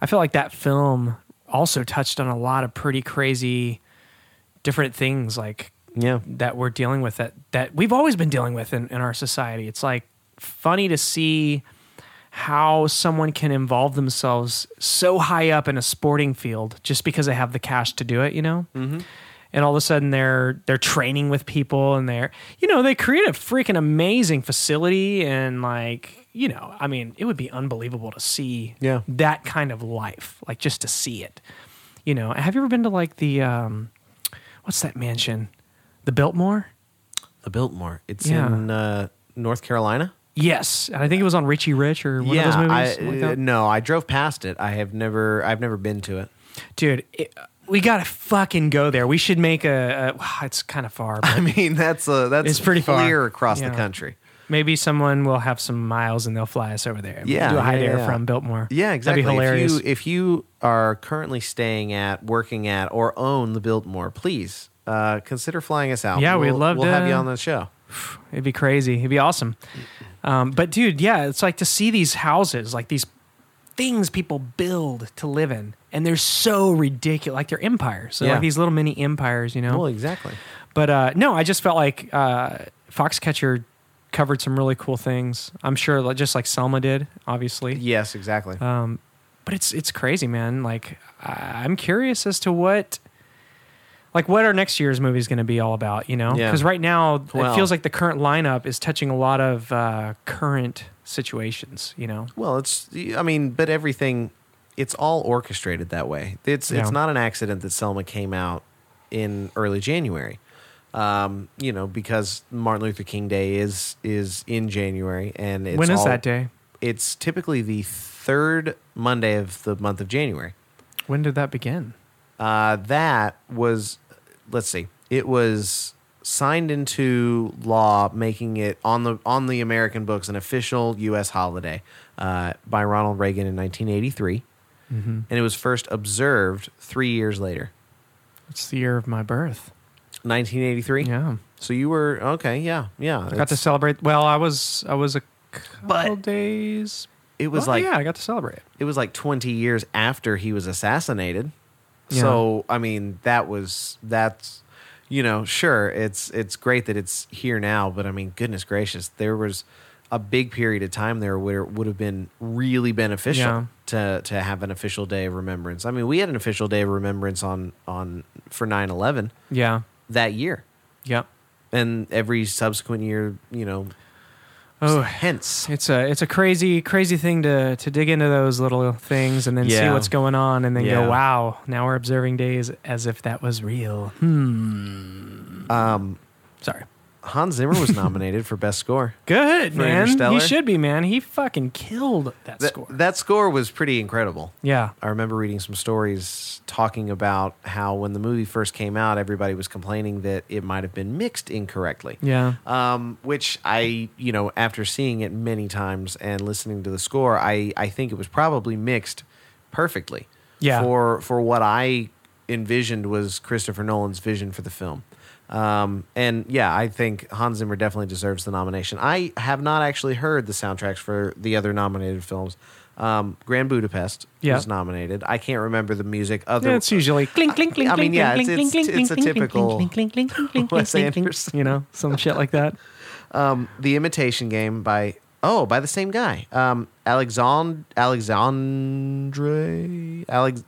I felt like that film also touched on a lot of pretty crazy, different things like Yeah, that we're dealing with that that we've always been dealing with in, in our society. It's like funny to see how someone can involve themselves so high up in a sporting field just because they have the cash to do it, you know? Mm-hmm. And all of a sudden they're they're training with people and they're you know, they create a freaking amazing facility and like, you know, I mean, it would be unbelievable to see Yeah. that kind of life, like just to see it. You know, have you ever been to like the um what's that mansion? The Biltmore? the Biltmore. It's Yeah. in uh, North Carolina. Yes, and I think it was on Richie Rich or one of those movies. I, uh, something like that. no, I drove past it. I have never, I've never been to it. Dude, it, we gotta fucking go there. We should make a. a it's kind of far, but I mean, that's a that's It's pretty far. clear across Yeah. the country. maybe someone will have some miles and they'll fly us over there. and Yeah, do a high yeah, air yeah. from Biltmore. Yeah, exactly. That'd be hilarious. If you, if you are currently staying at, working at, or own the Biltmore, please uh, consider flying us out. Yeah, we'll, we'd love We'll to- have you on the show. It'd be crazy. It'd be awesome. Um, but dude, yeah, it's like to see these houses, like these things people build to live in. and they're so ridiculous. Like they're empires, so Yeah. like these little mini empires, you know. Well, exactly. But uh, no, I just felt like uh, Foxcatcher covered some really cool things. I'm sure, like, just like Selma did, obviously. Yes, exactly. Uh, But it's it's crazy, man. Like I- I'm curious as to what. Like what our next year's movie is going to be all about, you know? Yeah. Because right now Well- it feels like the current lineup is touching a lot of uh, current situations, you know? Well, it's I mean, but everything it's all orchestrated that way. It's Yeah. it's not an accident that Selma came out in early January. Um, you know, because Martin Luther King Day is is in January and it's When is all- that day? It's typically the third Monday of the month of January. When did that begin? Uh, that was, let's see, it was signed into law, making it on the on the American books an official U.S. holiday uh, by Ronald Reagan in 1983, Mm-hmm. and it was first observed three years later, It's the year of my birth. 1983. Yeah. So you were okay, yeah, yeah. I got to it's- celebrate. Well, I was I was a couple But- days. It was Oh, like yeah, I got to celebrate. it was like 20 years after he was assassinated. Yeah. So, I mean, that was that's you know, sure, it's it's great that it's here now, but I mean, goodness gracious, there was a big period of time there where it would have been really beneficial Yeah. to to have an official day of remembrance. I mean, we had an official day of remembrance on on for 9/11 Yeah, that year. yeah. And every subsequent year, you know, Oh, hence it's a it's a crazy crazy thing to to dig into those little things and then see Yeah. what's going on and then Yeah. go wow now we're observing days as if that was real. Hmm. Um. Um, Sorry. Hans Zimmer was nominated for best score. Good man. Interstellar? He should be man. He fucking killed that That- score. that score was pretty incredible. yeah. I remember reading some stories talking about how when the movie first came out, everybody was complaining that it might have been mixed incorrectly. Yeah. Um, which I, you know, after seeing it many times and listening to the score, I, I think it was probably mixed perfectly. Yeah. For for what I envisioned was Christopher Nolan's vision for the film. Um, and yeah, I think Hans Zimmer definitely deserves the nomination. I have not actually heard the soundtracks for the other nominated films. Um, Grand Budapest Yeah. was nominated. I can't remember the music. Other It's usually clink clink clink. I mean, clink, yeah, clink, it's- it's- clink, clink, it's a clink, clink, typical clink, clink, clink, clink, clink, Wes clink, clink, Anderson. You know, some shit like that. The Imitation Game by oh by the same guy, um, Alexand Alexandre Alex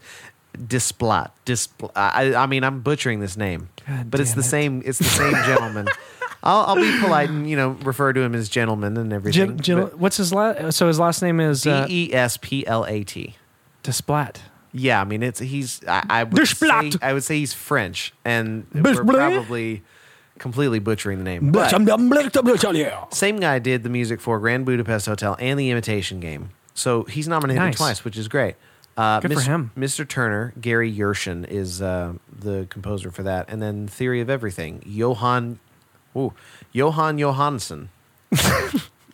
Desplat. Despl- I, I mean, I'm butchering this name, God but it's the damn it. same. It's the same gentleman. I'll, I'll be polite and you know refer to him as gentleman and everything. Jim, Jim, what's his last? So his last name is D uh, e s p l a t. Desplat. Yeah, I mean it's he's I, I would say, Desplat. I would say he's French and we're Desplat. probably completely butchering the name. But Same guy did the music for Grand Budapest Hotel and The Imitation Game. So he's nominated Nice. twice, which is great. Uh, Good for him. Mr. Turner, Gary Yershin is uh, the composer for that, and then Theory of Everything, Johan, ooh, Johan Johansson,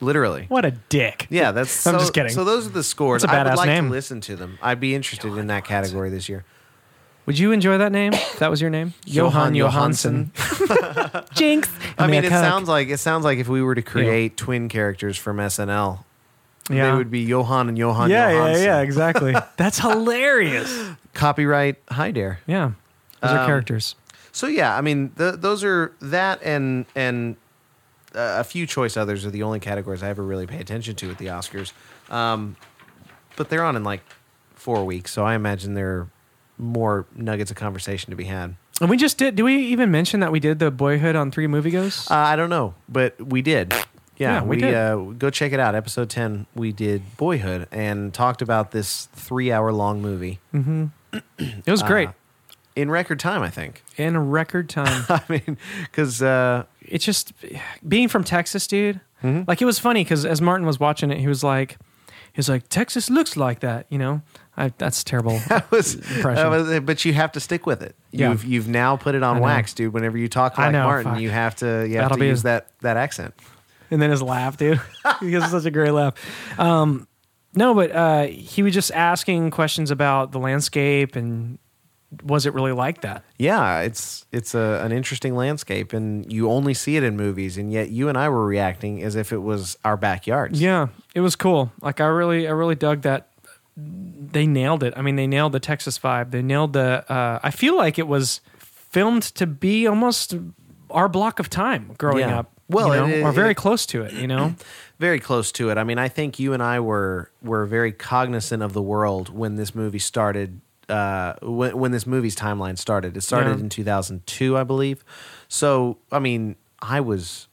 literally. What a dick. Yeah, that's. I'm so- just kidding. So those are the scores. That's a I would badass like name. to listen to them. I'd be interested in that category this year. Would you enjoy that name? If that was your name, Johan Jinx. I mean, it Coke. sounds like it sounds like if we were to create twin characters from SNL, Yeah. they would be Johan and Johan. yeah, yeah, Johansson. yeah. Exactly. That's hilarious. copyright hi dare Yeah. Those Um, are characters. so yeah i mean th those are that and and uh, a few choice others are the only categories i ever really pay attention to at the oscars um, but they're on in like four weeks so i imagine there are more nuggets of conversation to be had And we just did. Do we even mention that we did the Boyhood on three movie goes? uh, i don't know but we did yeah, Yeah, we we, did. Uh, go check it out episode 10 we did boyhood and talked about this three hour long movie Hmm. it was uh, great. in record time i think In record time. i mean because uh, it's just being from Texas, dude. Mm-hmm. Like it was funny because as Martin was watching it, he was like, he was like, Texas looks like that, you know. I, that's terrible. was, impression. that was- but you have to stick with it. Yeah. You've you've now put it I on know. wax, dude. Whenever you talk I like know, Martin, fuck. you have to you have That'll to be- use that that accent. and then his laugh, dude. he gives such a great laugh. Um, no, but uh, he was just asking questions about the landscape and was it really like that? Yeah, it's it's a, an interesting landscape, and you only see it in movies, and yet you and I were reacting as if it was our backyards. Yeah, it was cool. Like I really, I really dug that they nailed it. I mean, they nailed the Texas vibe. They nailed the. Uh, I feel like it was filmed to be almost our block of time growing Yeah. up. Well, you know, it- it- or very it- close to it. You know, very close to it. I mean, I think you and I were were very cognizant of the world when this movie started. Uh, when, when this movie's timeline started, it started Yeah. in 2002, I believe. So, I mean, I was,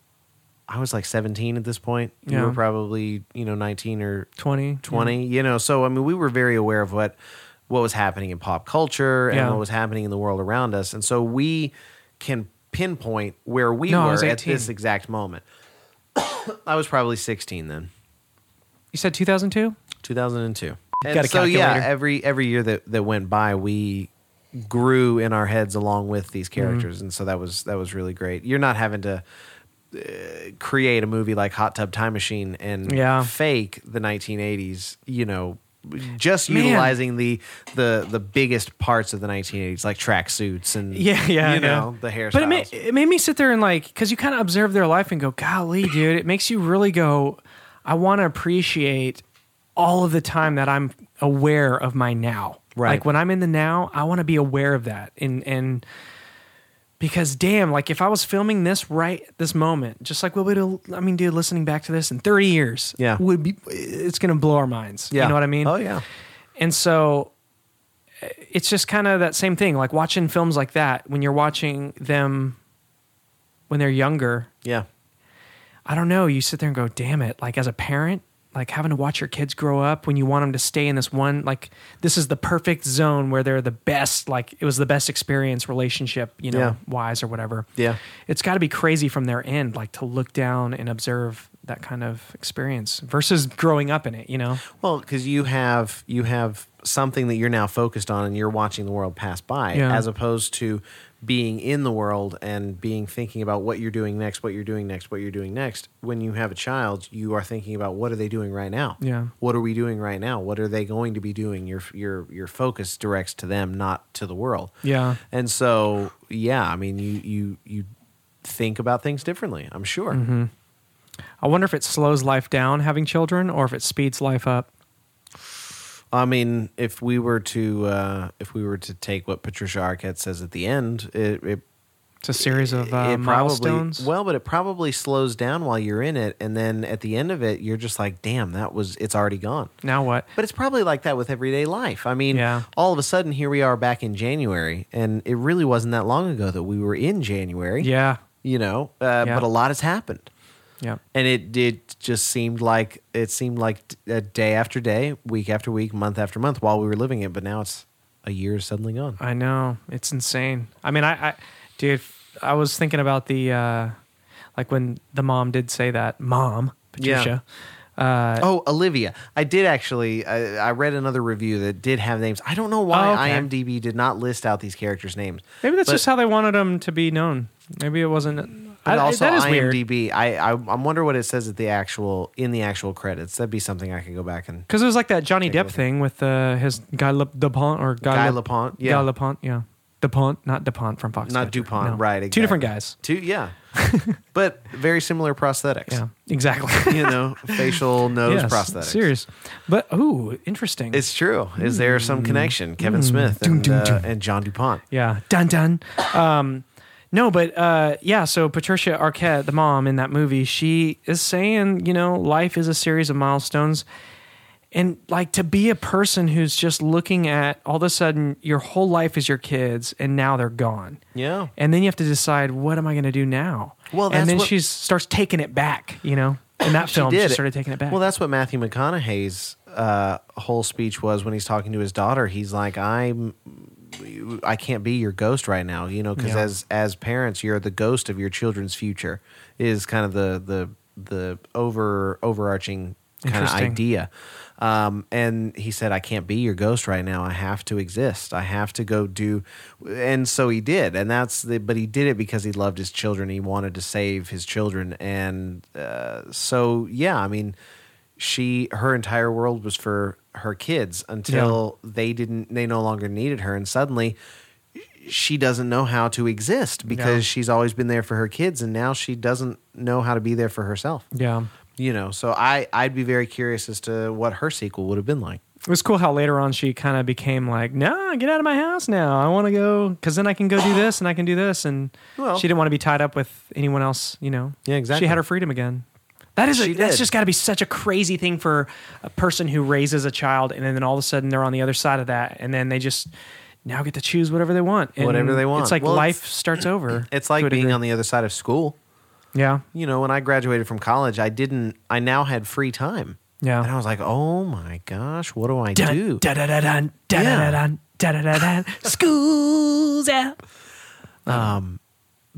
I was like 17 at this point. You Yeah. were probably, you know, 19 or twenty. 20 you know so i mean we were very aware of what what was happening in pop culture and Yeah. what was happening in the world around us and so we can pinpoint where we No, I was were at 18. this exact moment i was probably 16 then You said two thousand two. 2002 and Got a so yeah calculator. every every year that that went by we grew in our heads along with these Mm-hmm. characters and so that was that was really great you're not having to uh, create a movie like Hot Tub Time Machine and Yeah. fake the 1980s, you know, just Man. utilizing the the the biggest parts of the 1980s, like tracksuits and Yeah, yeah, you yeah. know, the hairstyles. But it made, it made me sit there and like, because you kind of observe their life and go, golly, dude, it makes you really go, I want to appreciate all of the time that I'm aware of my now. Right. Like when I'm in the now, I want to be aware of that. And, and, because damn, like if I was filming this right this moment, just like what would I mean, dude, listening back to this in 30 years, Yeah. would be it's gonna blow our minds. yeah. You know what I mean? Oh yeah. And so uh, it's just kind of that same thing, like watching films like that when you're watching them when they're younger. Yeah. I don't know, you sit there and go, "Damn it." Like as a parent, like having to watch your kids grow up when you want them to stay in this one like this is the perfect zone where they're the best, like it was the best experience relationship, you know, Yeah. wise or whatever. Yeah. It's got to be crazy from their end like to look down and observe that kind of experience versus growing up in it, you know. Well, because you have you have something that you're now focused on, and you're watching the world pass by, Yeah. as opposed to being in the world and being thinking about what you're doing next, what you're doing next, what you're doing next. When you have a child, you are thinking about what are they doing right now? Yeah. What are we doing right now? What are they going to be doing? Your your your focus directs to them, not to the world. Yeah. And so, yeah, I mean, you you you think about things differently. I'm sure. Mm-hmm. I wonder if it slows life down having children or if it speeds life up. I mean, if we were to uh, if we were to take what Patricia Arquette says at the end, it it, It's a series of uh, it probably milestones. well, but it probably slows down while you're in it, and then at the end of it, you're just like, damn, that was it's already gone. now what? But it's probably like that with everyday life. I mean, Yeah. all of a sudden here we are back in January, and it really wasn't that long ago that we were in January. Yeah. you know, uh, Yeah. but a lot has happened Yeah. and it did just seemed like it seemed like a day after day, week after week, month after month while we were living it. But now it's a year suddenly gone. I know. It's insane. I mean, I, I dude, I was thinking about the, uh, like when the mom did say that, mom, Patricia. oh, Olivia, I did actually. I, I read another review that did have names. I don't know why Oh, okay. IMDb did not list out these characters' names. Maybe that's But- just how they wanted them to be known. Maybe it wasn't. But I- also that is weird. IMDb. I, I I wonder what it says at the actual in the actual credits. That'd be something I could go back and. Because it was like that Johnny Take a Depp look. thing with uh, his Guy Le- DuPont or Guy, Guy Le- LaPont, yeah. Guy LaPont, yeah. DuPont, not DuPont from Fox. Not DuPont, right, Two exactly. different guys. Two, yeah, but very similar prosthetics. Yeah, exactly. you know, facial nose Yes, prosthetics. Serious. But ooh, interesting. It's true. Is there some connection? Kevin Smith and, Dum, dum, uh, dum. and John DuPont. yeah. Dun dun. Um no, but uh yeah, so Patricia Arquette, the mom in that movie, she is saying, you know, life is a series of milestones. And like to be a person who's just looking at all of a sudden your whole life is your kids and now they're gone. Yeah. And then you have to decide what am I going to do now? Well, that's and then what- she starts taking it back, you know. In that film, she started taking it back. Well, that's what Matthew McConaughey's uh, whole speech was when he's talking to his daughter. He's like, "I'm, I can't be your ghost right now," you know, because Yeah. as as parents, you're the ghost of your children's future. Is kind of the the the over overarching kind of Interesting. idea. Um, and he said, "I can't be your ghost right now. I have to exist. I have to go do." And so he did, and that's the. But he did it because he loved his children. He wanted to save his children, and uh, so yeah, I mean, she her entire world was for her kids until they didn't. They no longer needed her, and suddenly she doesn't know how to exist because Yeah. she's always been there for her kids, and now she doesn't know how to be there for herself yeah. you know so i i'd be very curious as to what her sequel would have been like It was cool how later on she kind of became like, "No, get out of my house now. I want to go because then I can go do this and I can do this." And Well- she didn't want to be tied up with anyone else, you know. Yeah, exactly. She had her freedom again. That is a, She that's did. just got to be such a crazy thing for a person who raises a child and then all of a sudden they're on the other side of that and then they just now get to choose whatever they want. And Whatever they want. It's like Well, life it's- starts over. It's like to a being degree. on the other side of school. yeah. You know, when I graduated from college, I didn't. I now had free time. Yeah. and I was like, oh my gosh, what do I do? Dun, dun, dun, dun, dun, dun, Yeah. dun, dun, dun, dun, dun, dun. School's out.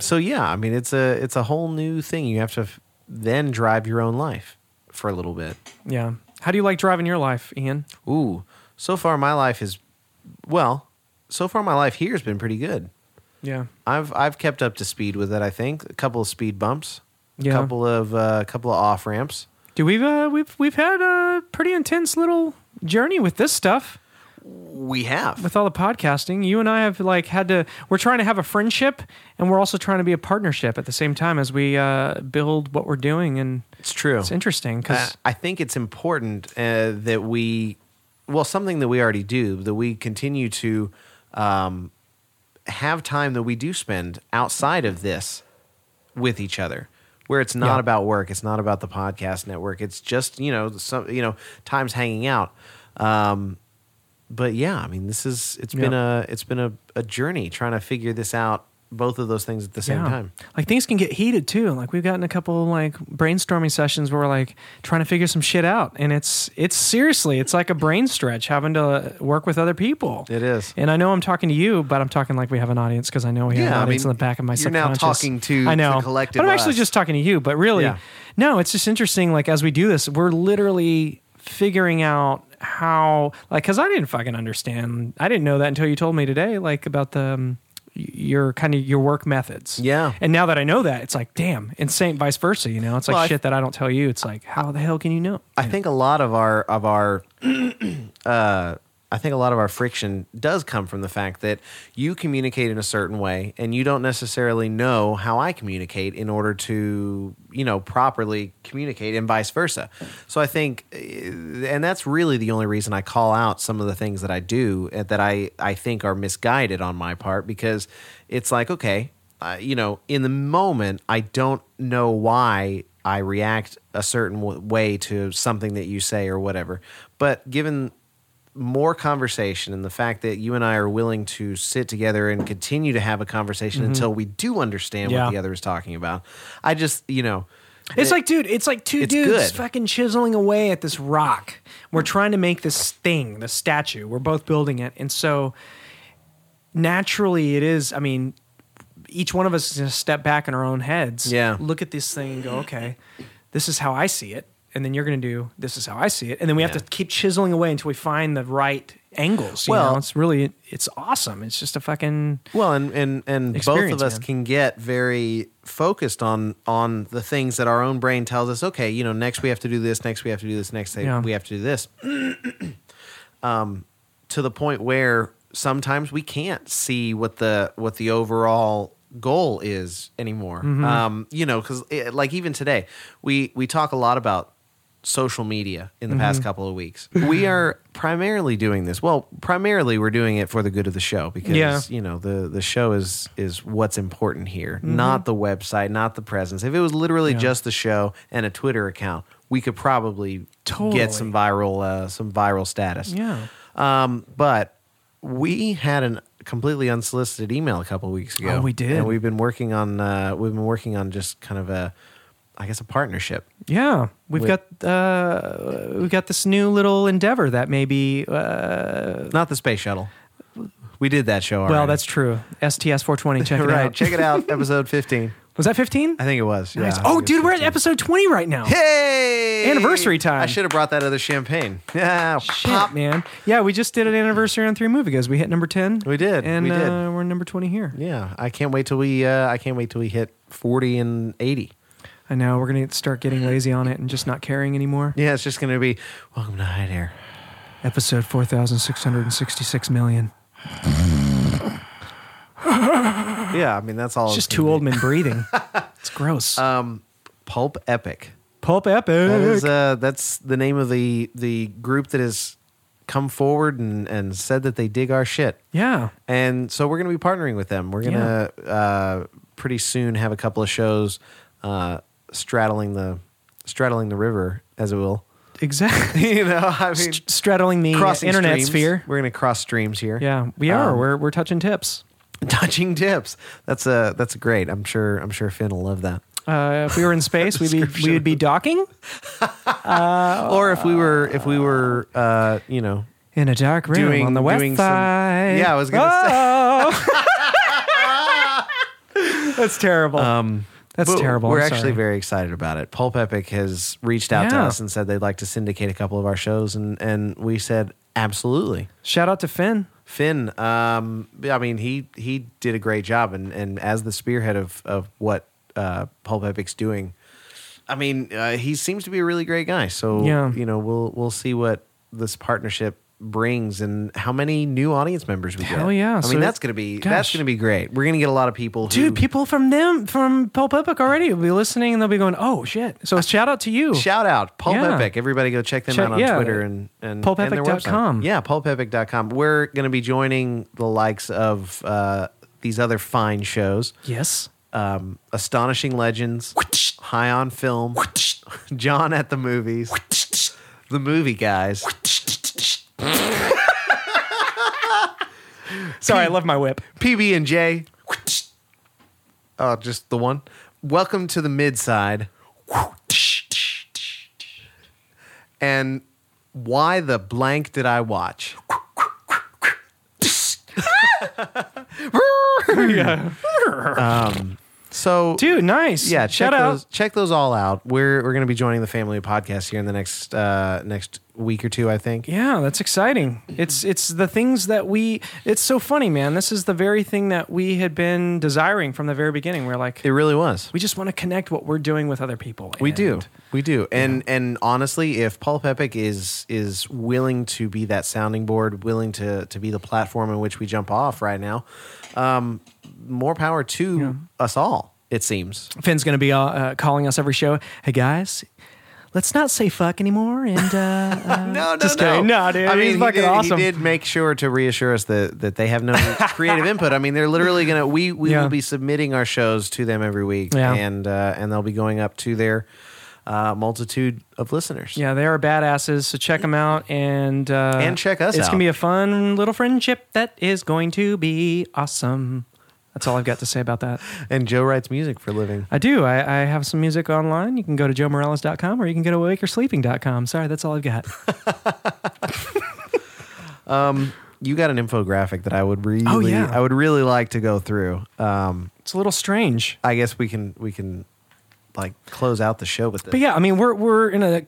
So yeah, I mean, it's a it's a whole new thing. You have to f- then drive your own life for a little bit. Yeah. How do you like driving your life, Ian? Ooh, so far my life is well. So far my life here has been pretty good. Yeah. I've I've kept up to speed with it. I think a couple of speed bumps, a Yeah. couple of uh, couple of off ramps. Do we've uh, we've we've had a pretty intense little journey with this stuff We have with all the podcasting. You and I have like had to we're trying to have a friendship and we're also trying to be a partnership at the same time as we uh, build what we're doing and It's true. it's interesting Uh, cuz I think it's important uh, that we, well, something that we already do, that we continue to um, have time that we do spend outside of this with each other, where it's not Yeah. about work, it's not about the podcast network, it's just you know some you know times hanging out. Um, but yeah, I mean, this is it's been a it's been a, a journey trying to figure this out, both of those things at the same time. Like things can get heated too. Like we've gotten a couple like brainstorming sessions where we're like trying to figure some shit out, and it's it's seriously it's like a brain stretch having to work with other people. It is. And I know I'm talking to you, but I'm talking like we have an audience because I know we have Yeah, I an audience mean, in the back of my you're now subconscious. talking to I know the collective but I'm actually us. just talking to you. But really, Yeah. no, it's just interesting. Like as we do this, we're literally figuring out how like because I didn't fucking understand. I didn't know that until you told me today. Like about the. Um, y- your kind of your work methods Yeah. and now that I know that, it's like, damn, and same vice versa. You know, it's like Well, I- shit that I don't tell you. It's like, how the hell can you know? I think a lot of our of our uh, I think a lot of our friction does come from the fact that you communicate in a certain way and you don't necessarily know how I communicate in order to, you know, properly communicate and vice versa. So I think uh, and that's really the only reason I call out some of the things that I do and that I I think are misguided on my part because it's like okay, uh, you know, in the moment, I don't know why I react a certain w- way to something that you say or whatever. But given more conversation and the fact that you and I are willing to sit together and continue to have a conversation until we do understand Yeah. what the other is talking about, I just, you know, It's it- like, dude, it's like two it's dudes good. fucking chiseling away at this rock. We're trying to make this thing, this statue. We're both building it. And so naturally it is, I mean, each one of us is going to step back in our own heads. Yeah. Look at this thing and go, okay, this is how I see it. And then you're going to do, this is how I see it. And then we have Yeah. to keep chiseling away until we find the right angles. You Well- know, it's really, it's awesome. It's just a fucking, Well, and and and both Experience, of us man. can get very focused on on the things that our own brain tells us. Okay, you know, next we have to do this. Next we have to do this. Next Yeah. we have to do this. um, to the point where sometimes we can't see what the what the overall goal is anymore. Um, you know, because like even today, we we talk a lot about social media in the past couple of weeks. we are primarily doing this. Well, primarily we're doing it for the good of the show because Yeah. you know the the show is is what's important here not the website not the presence if it was literally just the show and a twitter account we could probably Totally. get some viral uh, some viral status yeah. um but we had an completely unsolicited email a couple weeks ago Oh, we did. and we've been working on uh we've been working on just kind of a i guess a partnership Yeah, we've With- got uh, we've got this new little endeavor that maybe uh, not the space shuttle we did that show already. well, that's true. STS four twenty. Check it right out. check it out episode 15 Was that fifteen? i think it was yeah, I think Oh, it was dude, we're at 15. episode twenty right now. Hey! Anniversary time. I should have brought that other champagne. Yeah, Shit, pop. man. Yeah, we just did an anniversary on three movie guys. We hit number ten. We did. and We did. Uh, we're number twenty here. Yeah, I can't wait till we. Uh, I can't wait till we hit forty and eighty. I know we're gonna start getting lazy on it and just not caring anymore. Yeah, it's just gonna be welcome to Hide Air. Episode four thousand six hundred and sixty-six million. Yeah, I mean that's all. Um, It's just two old men breathing. It's gross. Pulp Epic. uh, Pulp epic. That is. Uh, that's the name of the the group that is come forward and, and said that they dig our shit. Yeah. And so we're going to be partnering with them. We're going to uh, pretty soon have a couple of shows uh, straddling the straddling the river, as it will. Exactly. you know, I mean, St- straddling the crossing internet streams. sphere. We're going to cross streams here. Yeah, we are. Um, we're we're touching tips. touching tips. That's a that's great. I'm sure I'm sure Finn will love that. Uh, if we were in space, we'd be we would be docking or if we were if we were uh, you know in a dark room doing on the west doing some- side. Yeah, I was gonna say that's terrible. Um, that's But terrible. We're I'm actually sorry. very excited about it. Pulp Epic has reached out to Yeah. us and said they'd like to syndicate a couple of our shows, and and we said absolutely. shout out to Finn. Finn, um, I mean he he did a great job, and and as the spearhead of of what uh, Pulp Epic's doing, I mean uh, he seems to be a really great guy. So Yeah. you know we'll we'll see what this partnership brings and how many new audience members we Hell get. yeah. I So mean it- that's gonna be that's gosh. gonna be great. We're gonna get a lot of people. who, Dude, people from them from Pulp Epic already will be listening and they'll be going, "Oh shit!" So shout out to you. Shout out Pulp Yeah. Epic. Everybody go check them Check- out on yeah. Twitter and, and, and their pulpepic.com. website. Yeah, pulpepic.com. We're going to be joining the likes of uh, these other fine shows yes. um, Astonishing Legends, High on Film, John at the Movies, The Movie Guys, Sorry, I love my whip. PB&J. Oh, just the one. Welcome to the Midside. And why the blank did I watch? yeah. Um, So Dude, nice. Yeah, check shout out. those, check those all out. We're we're going to be joining the family of podcasts here in the next uh, next week or two, I think. Yeah, that's exciting. It's it's the things that we. It's so funny, man. This is the very thing that we had been desiring from the very beginning. We're like, It really was. we just want to connect what we're doing with other people. We and- do, we do, and and honestly, if Paul Epic is is willing to be that sounding board, willing to to be the platform in which we jump off right now, um, more power to us all. It seems. Finn's going to be uh, uh, calling us every show. Hey guys, let's not say fuck anymore. And uh, uh, No, no, Just kidding. No, dude, I mean, he's he fucking did, awesome. He did make sure to reassure us that that they have no creative input. I mean, they're literally gonna we we Yeah. will be submitting our shows to them every week, Yeah. and uh, and they'll be going up to their uh, multitude of listeners. yeah, they are badasses. So check them out and uh, And check us It's out. gonna be a fun little friendship that is going to be awesome. That's all I've got to say about that. And Joe writes music for a living. I do. I, I have some music online. You can go to joemorales.com or you can go to awakersleeping.com. Sorry, that's all I've got. You got an infographic that I would really, Oh, yeah. I would really like to go through. Um, It's a little strange. I guess we can we can like close out the show with this. But yeah, I mean, we're we're in a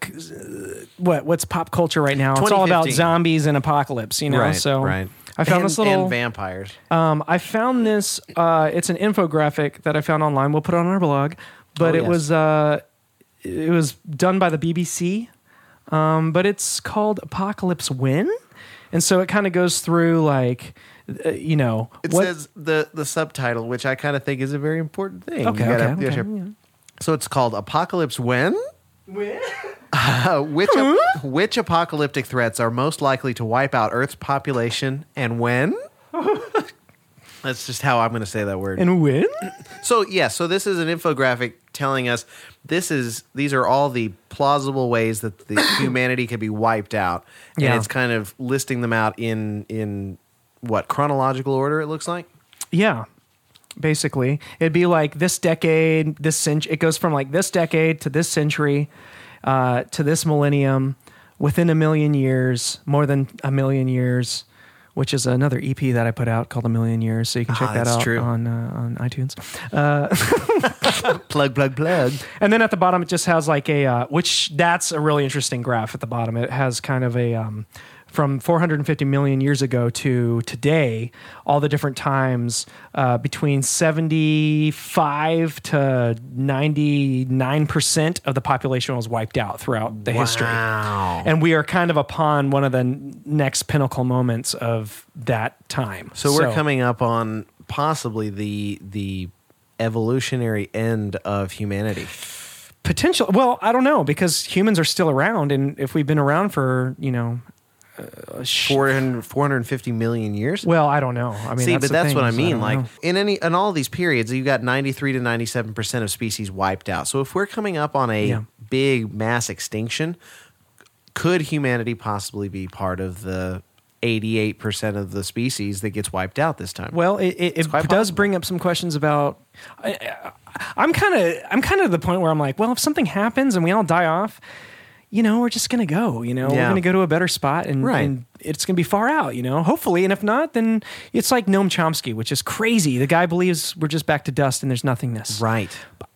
what what's pop culture right now? It's all about 2015. zombies and apocalypse, you know. right, so right. I found And- this little. and vampires. um, I found this. Uh, it's an infographic that I found online. We'll put it on our blog, but Oh, it yes. was uh, it was done by the BBC. Um, but it's called Apocalypse Win, and so it kind of goes through like, uh, you know, It what- says the the subtitle, which I kind of think is a very important thing. Okay, You gotta- okay, yeah, okay, sure. yeah. So it's called Apocalypse When. Uh, which ap- which apocalyptic threats are most likely to wipe out Earth's population and when? That's just how I'm going to say that word. and win. so yeah, so this is an infographic telling us this is these are all the plausible ways that the humanity could be wiped out, and Yeah. it's kind of listing them out in in what chronological order it looks like. Yeah. Basically, it'd be like this decade, this century. It goes from like this decade to this century, uh, to this millennium, within a million years, more than a million years, which is another EP that I put out called A Million Years. So you can check Ah, that that's out true. on uh, on iTunes. Plug plug plug. And then at the bottom, it just has like a uh, which that's a really interesting graph at the bottom. It has kind of a um, from 450 million years ago to today, all the different times uh, between 75 to 99 percent of the population was wiped out throughout the history, and we are kind of upon one of the n- next pinnacle moments of that time. So we're coming up on possibly the the evolutionary end of humanity. potential well i don't know because humans are still around and if we've been around for you know sh- 400, 450 million years. well, I don't know. I mean, See, that's but the that's thing what I is mean. don't like know. in any in all these periods, you got ninety three to ninety seven percent of species wiped out. So if we're coming up on a Yeah. big mass extinction, could humanity possibly be part of the eighty eight percent of the species that gets wiped out this time? Well, it, it, it quite does possible. bring up some questions about. I, am kind of I'm kind of the point where I'm like, well, if something happens and we all die off, you know, we're just gonna go. You know, we're Yeah. gonna go to a better spot, and, Right. and it's gonna be far out. You know, hopefully, and if not, then it's like Noam Chomsky, which is crazy. The guy believes we're just back to dust and there's nothingness. right.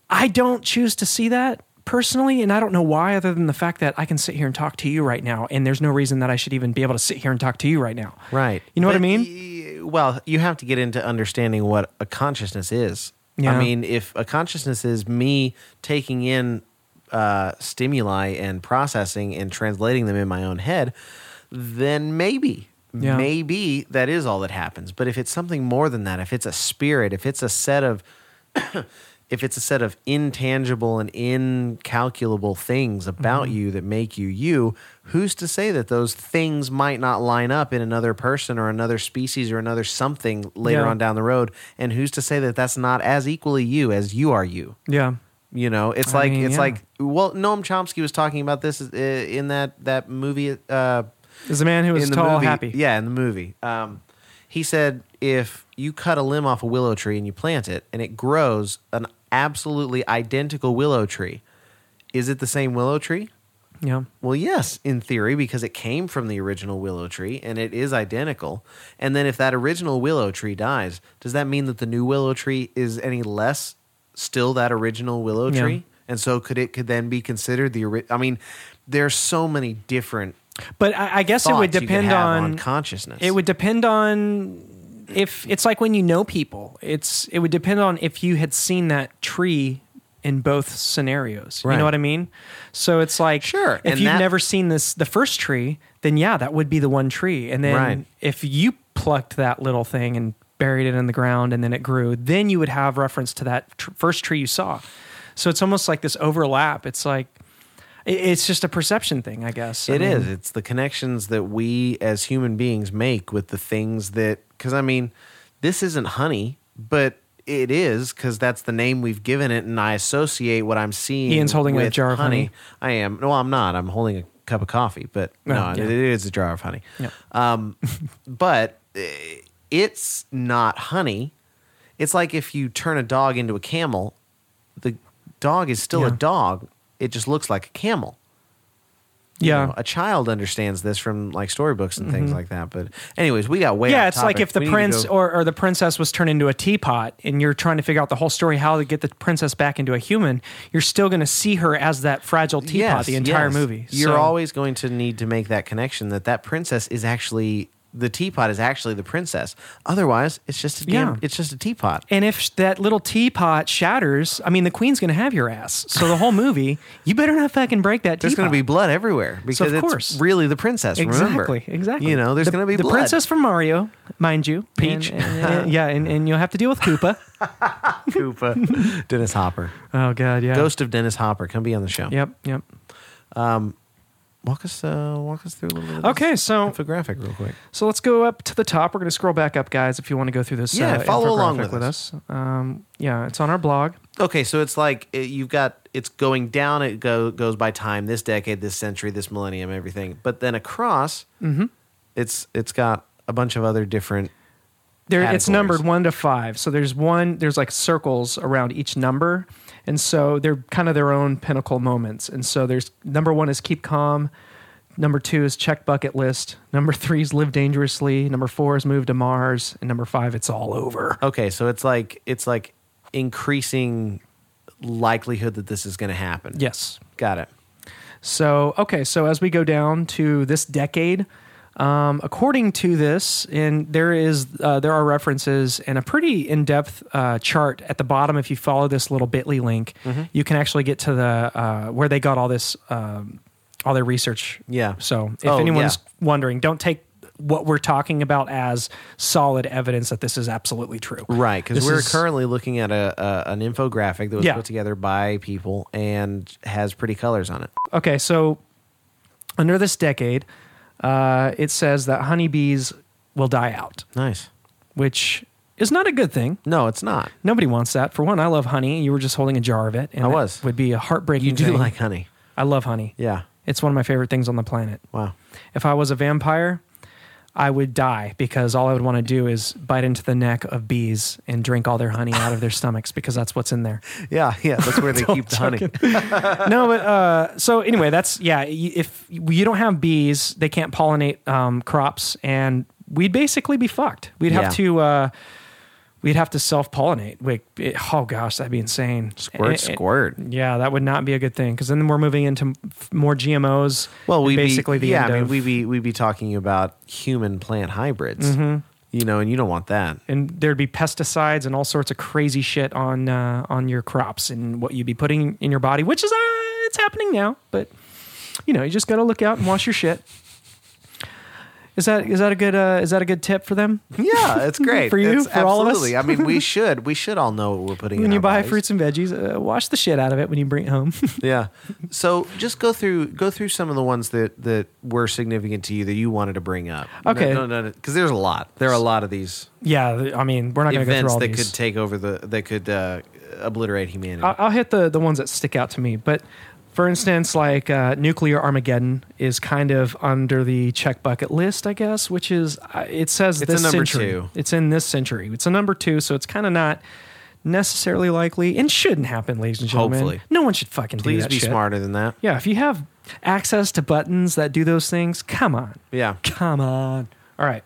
I don't choose to see that personally, and I don't know why, other than the fact that I can sit here and talk to you right now, and there's no reason that I should even be able to sit here and talk to you right now. Right. You know what I But mean? y- Well, you have to get into understanding what a consciousness is. Yeah. I mean, if a consciousness is me taking in uh, stimuli and processing and translating them in my own head, then maybe, Yeah. maybe that is all that happens. But if it's something more than that, if it's a spirit, if it's a set of if it's a set of intangible and incalculable things Mm-hmm. about you that make you you, who's to say that those things might not line up in another person or another species or another something later Yeah. on down the road? And who's to say that that's not as equally you as you are you? Yeah. You know, it's I like mean, it's yeah. like well, Noam Chomsky was talking about this uh, in that that movie. Uh, Is a man who is in the tall, movie, happy. Yeah, in the movie. Um, he said if you cut a limb off a willow tree and you plant it and it grows an absolutely identical willow tree, is it the same willow tree? Yeah. Well, yes, in theory, because it came from the original willow tree and it is identical. And then if that original willow tree dies, does that mean that the new willow tree is any less still that original willow Yeah. tree? And so could it could then be considered the ori- I mean, there's so many different But I, I guess it would thoughts you could depend have on, consciousness. it would depend on if it's like when you know people. It's it would depend on if you had seen that tree in both scenarios. You Right. know what I mean? So it's like Sure, if and you've that- never seen this the first tree, then yeah, that would be the one tree. And then Right. if you plucked that little thing and buried it in the ground and then it grew, then you would have reference to that tr- first tree you saw. So it's almost like this overlap. It's like it- it's just a perception thing, I guess. It I mean, is. It's the connections that we as human beings make with the things that, because I mean, this isn't honey, but it is because that's the name we've given it, and I associate what I'm seeing. Ian's holding a with jar of honey. I am. No, I'm not. I'm holding a cup of coffee, but no, Oh, yeah. it is a jar of honey. Yeah. Um, but eh, it's not honey. It's like if you turn a dog into a camel, the dog is still a Yeah. dog. It just looks like a camel you Yeah. Mm-hmm. know, a child understands this from like storybooks and things like that. But anyways, we got way. yeah, off it's like topic. if the We need to prince go- or, or the princess was turned into a teapot and you're trying to figure out the whole story how to get the princess back into a human, you're still going to see her as that fragile teapot Yes, the entire yes. movie. You're So- always going to need to make that connection that that princess is actually the teapot is actually the princess. Otherwise, it's just a damn, Yeah. it's just a teapot. And if sh- that little teapot shatters, I mean, the queen's going to have your ass. So the whole movie, you better not fucking break that There's going teapot. to be blood everywhere because of course. it's really the princess. Exactly, remember. exactly. You know, there's The- going to be the blood. princess from Mario, mind you, Peach. yeah, and, and you'll have to deal with Koopa. Koopa, Dennis Hopper, oh God, yeah. ghost of Dennis Hopper, come be on the show. Yep, yep. Walk us, uh, walk us through a little bit. Of Okay, this so infographic real quick. So let's go up to the top. We're going to scroll back up, guys, if you want to go through this. Yeah, uh, follow along infographic with us. Um, yeah, it's on our blog. Okay, so it's like uh, you've got it's going down. It go, goes by time, this decade, this century, this millennium, everything. But then across, Mm-hmm. it's it's got a bunch of other different. There, it's Categories. numbered one to five. So there's one. There's like circles around each number, and so they're kind of their own pinnacle moments. And so there's number one is keep calm. Number two is check bucket list. Number three is live dangerously. Number four is move to Mars. And number five, it's all over. Okay, so it's like it's like increasing likelihood that this is going to happen. Yes. got it. So, okay, so as we go down to this decade, um, according to this, and there is uh, there are references and a pretty in depth uh, chart at the bottom. If you follow this little Bitly link, Mm-hmm. you can actually get to the uh, where they got all this um, all their research. Yeah. So if Oh, anyone's yeah. wondering, don't take what we're talking about as solid evidence that this is absolutely true. Right, because This we're is- currently looking at a, a an infographic that was Yeah. put together by people and has pretty colors on it. Okay, so under this decade, uh, it says that honeybees will die out, Nice. which is not a good thing. No, it's not. Nobody wants that. For one, I love honey. You were just holding a jar of it. And I that was. Would be a heartbreaking. You do thing. like honey. I love honey. Yeah. It's one of my favorite things on the planet. Wow. If I was a vampire, I would die because all I would want to do is bite into the neck of bees and drink all their honey out of their stomachs because that's what's in there. Yeah, yeah. That's where they keep the honey. No, but uh, so anyway, that's yeah. y- If you don't have bees, they can't pollinate um, crops, and we'd basically be fucked. We'd Yeah. have to. Uh, We'd have to self-pollinate. Like, it- oh gosh, that'd be insane. Squirt, And- and- squirt. Yeah, that would not be a good thing because then we're moving into f- more GMOs. Well, and we basically be, the yeah. end I mean, of- we be we be talking about human plant hybrids. Mm-hmm. You know, and you don't want that. and there'd be pesticides and all sorts of crazy shit on uh, on your crops and what you'd be putting in your body, which is uh, it's happening now. But you know, you just gotta look out and wash your shit. Is that is that a good uh, is that a good tip for them? Yeah, it's great For you, It's for all of us? absolutely. I mean, we should we should all know what we're putting in When you our buy bodies. fruits and veggies, uh, wash the shit out of it when you bring it home. Yeah. So just go through go through some of the ones that that were significant to you that you wanted to bring up. Okay. No, no, because there's a lot. There are a lot of these yeah, th- I mean, we're not gonna go through events all that these. could take over the that could uh, obliterate humanity. I'll, I'll hit the the ones that stick out to me. But for instance, like uh, nuclear Armageddon is kind of under the check bucket list, I guess, which is uh, it says It's a this number century. two. It's in this century. It's a number two, so it's kind of not necessarily likely and shouldn't happen, ladies and gentlemen. Hopefully. no one should fucking do Please that be shit. smarter than that. Yeah, if you have access to buttons that do those things, come on. Yeah. Come on. All right.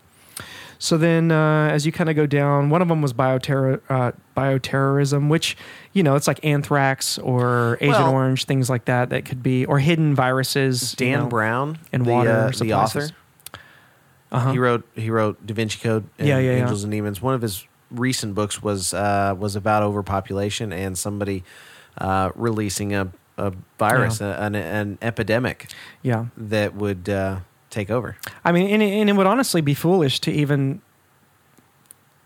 So then, uh, as you kind of go down, one of them was bioterror, uh, bioterrorism, which, you know, it's like anthrax or Agent Well- Orange, things like that, that could be, or hidden viruses. you Dan know. Brown and the, water uh, the supplies. author. He wrote he wrote Da Vinci Code and Yeah, yeah, yeah. Angels and Demons. One of his recent books was uh, was about overpopulation and somebody uh, releasing a a virus, a- an, an epidemic Yeah. that would uh, take over. I mean, and, it- and it would honestly be foolish to even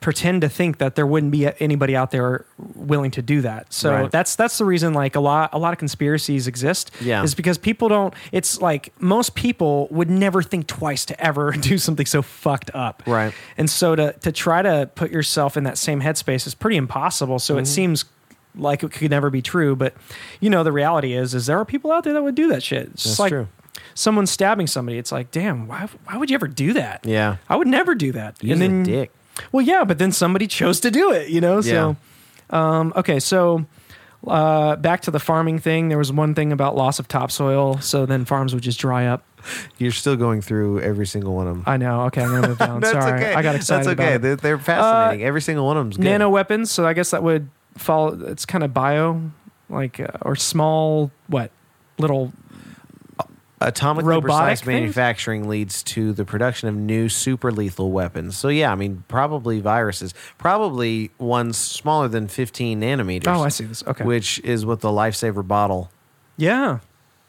pretend to think that there wouldn't be anybody out there willing to do that. So Right. that's that's the reason like a lot a lot of conspiracies exist Yeah. is because people don't it's like most people would never think twice to ever do something so fucked up. Right. And so to to try to put yourself in that same headspace is pretty impossible. So Mm-hmm. it seems like it could never be true, but you know the reality is is there are people out there that would do that shit. It's just That's like true. someone stabbing somebody. It's like, damn, why why would you ever do that? Yeah. I would never do that. He's a dick. Well, yeah, but then somebody chose to do it, you know? So, um, okay, so uh, back to the farming thing. There was one thing about loss of topsoil. So then farms would just dry up. You're still going through every single one of them. I know. Okay, I'm going to move down. Sorry. I got excited. That's about okay. it. Uh, They're, they're fascinating. every single one of them's good. Nano weapons. So I guess that would fall. It's kind of bio, like, uh, or small, what? Little. Atomic Robotic precise things? manufacturing leads to the production of new super lethal weapons. So yeah, I mean probably viruses, probably ones smaller than 15 nanometers. Oh, I see this. Okay. Which is what the lifesaver bottle Yeah.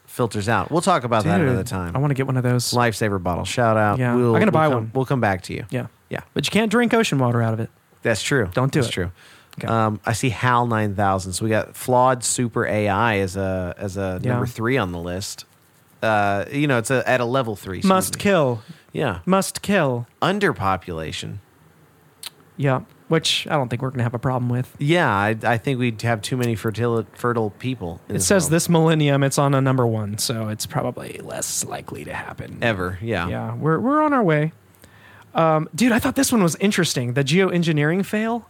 filters out. We'll talk about that Dude, another time. I want to get one of those. lifesaver bottle. Shout out. Yeah. We'll, I'm gonna we'll buy come- one. We'll come back to you. yeah. Yeah. But you can't drink ocean water out of it. That's true. Don't do That's it. True. Okay. Um, I see HAL nine thousand. So we got flawed super AI as a as a Yeah. number three on the list. Uh, you know, it's a, at a level three. excuse Must me. kill. Yeah, Must kill. underpopulation. Yeah, which I don't think we're going to have a problem with. Yeah, I, I think we'd have too many fertile fertile people. in It says world. this millennium it's on a number one, so it's probably less likely to happen. ever. Yeah. Yeah, we're, we're on our way. Um, dude, I thought this one was interesting. The geoengineering fail.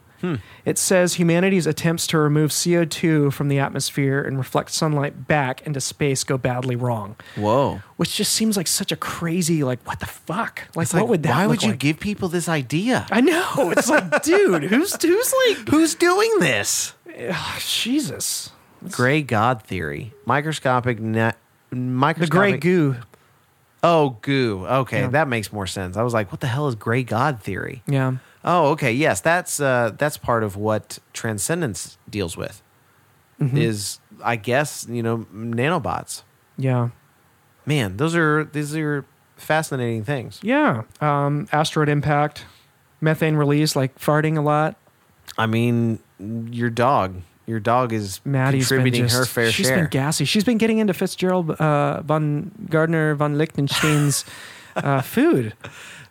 It says humanity's attempts to remove CO2 from the atmosphere and reflect sunlight back into space go badly wrong, Whoa. which just seems like such a crazy, like, what the fuck? Like, It's what like, would that Why look would you like? give people this idea? I know. It's like, dude, who's, who's like, ah, Who's doing this? Jesus. Gray God theory. Microscopic. Na- The gray microscopic. goo. Oh, goo. Okay, Yeah. that makes more sense. I was like, what the hell is gray God theory? Yeah. Oh, okay. Yes, that's uh, that's part of what transcendence deals with. Mm-hmm. Is I guess you know nanobots. Yeah. Man, those are these are fascinating things. Yeah. Um, asteroid impact, methane release, like farting a lot. I mean, your dog. Your dog is Maddie's been contributing just, her fair she's share. been gassy. She's been getting into Fitzgerald uh, von Gardner von Lichtenstein's uh, food.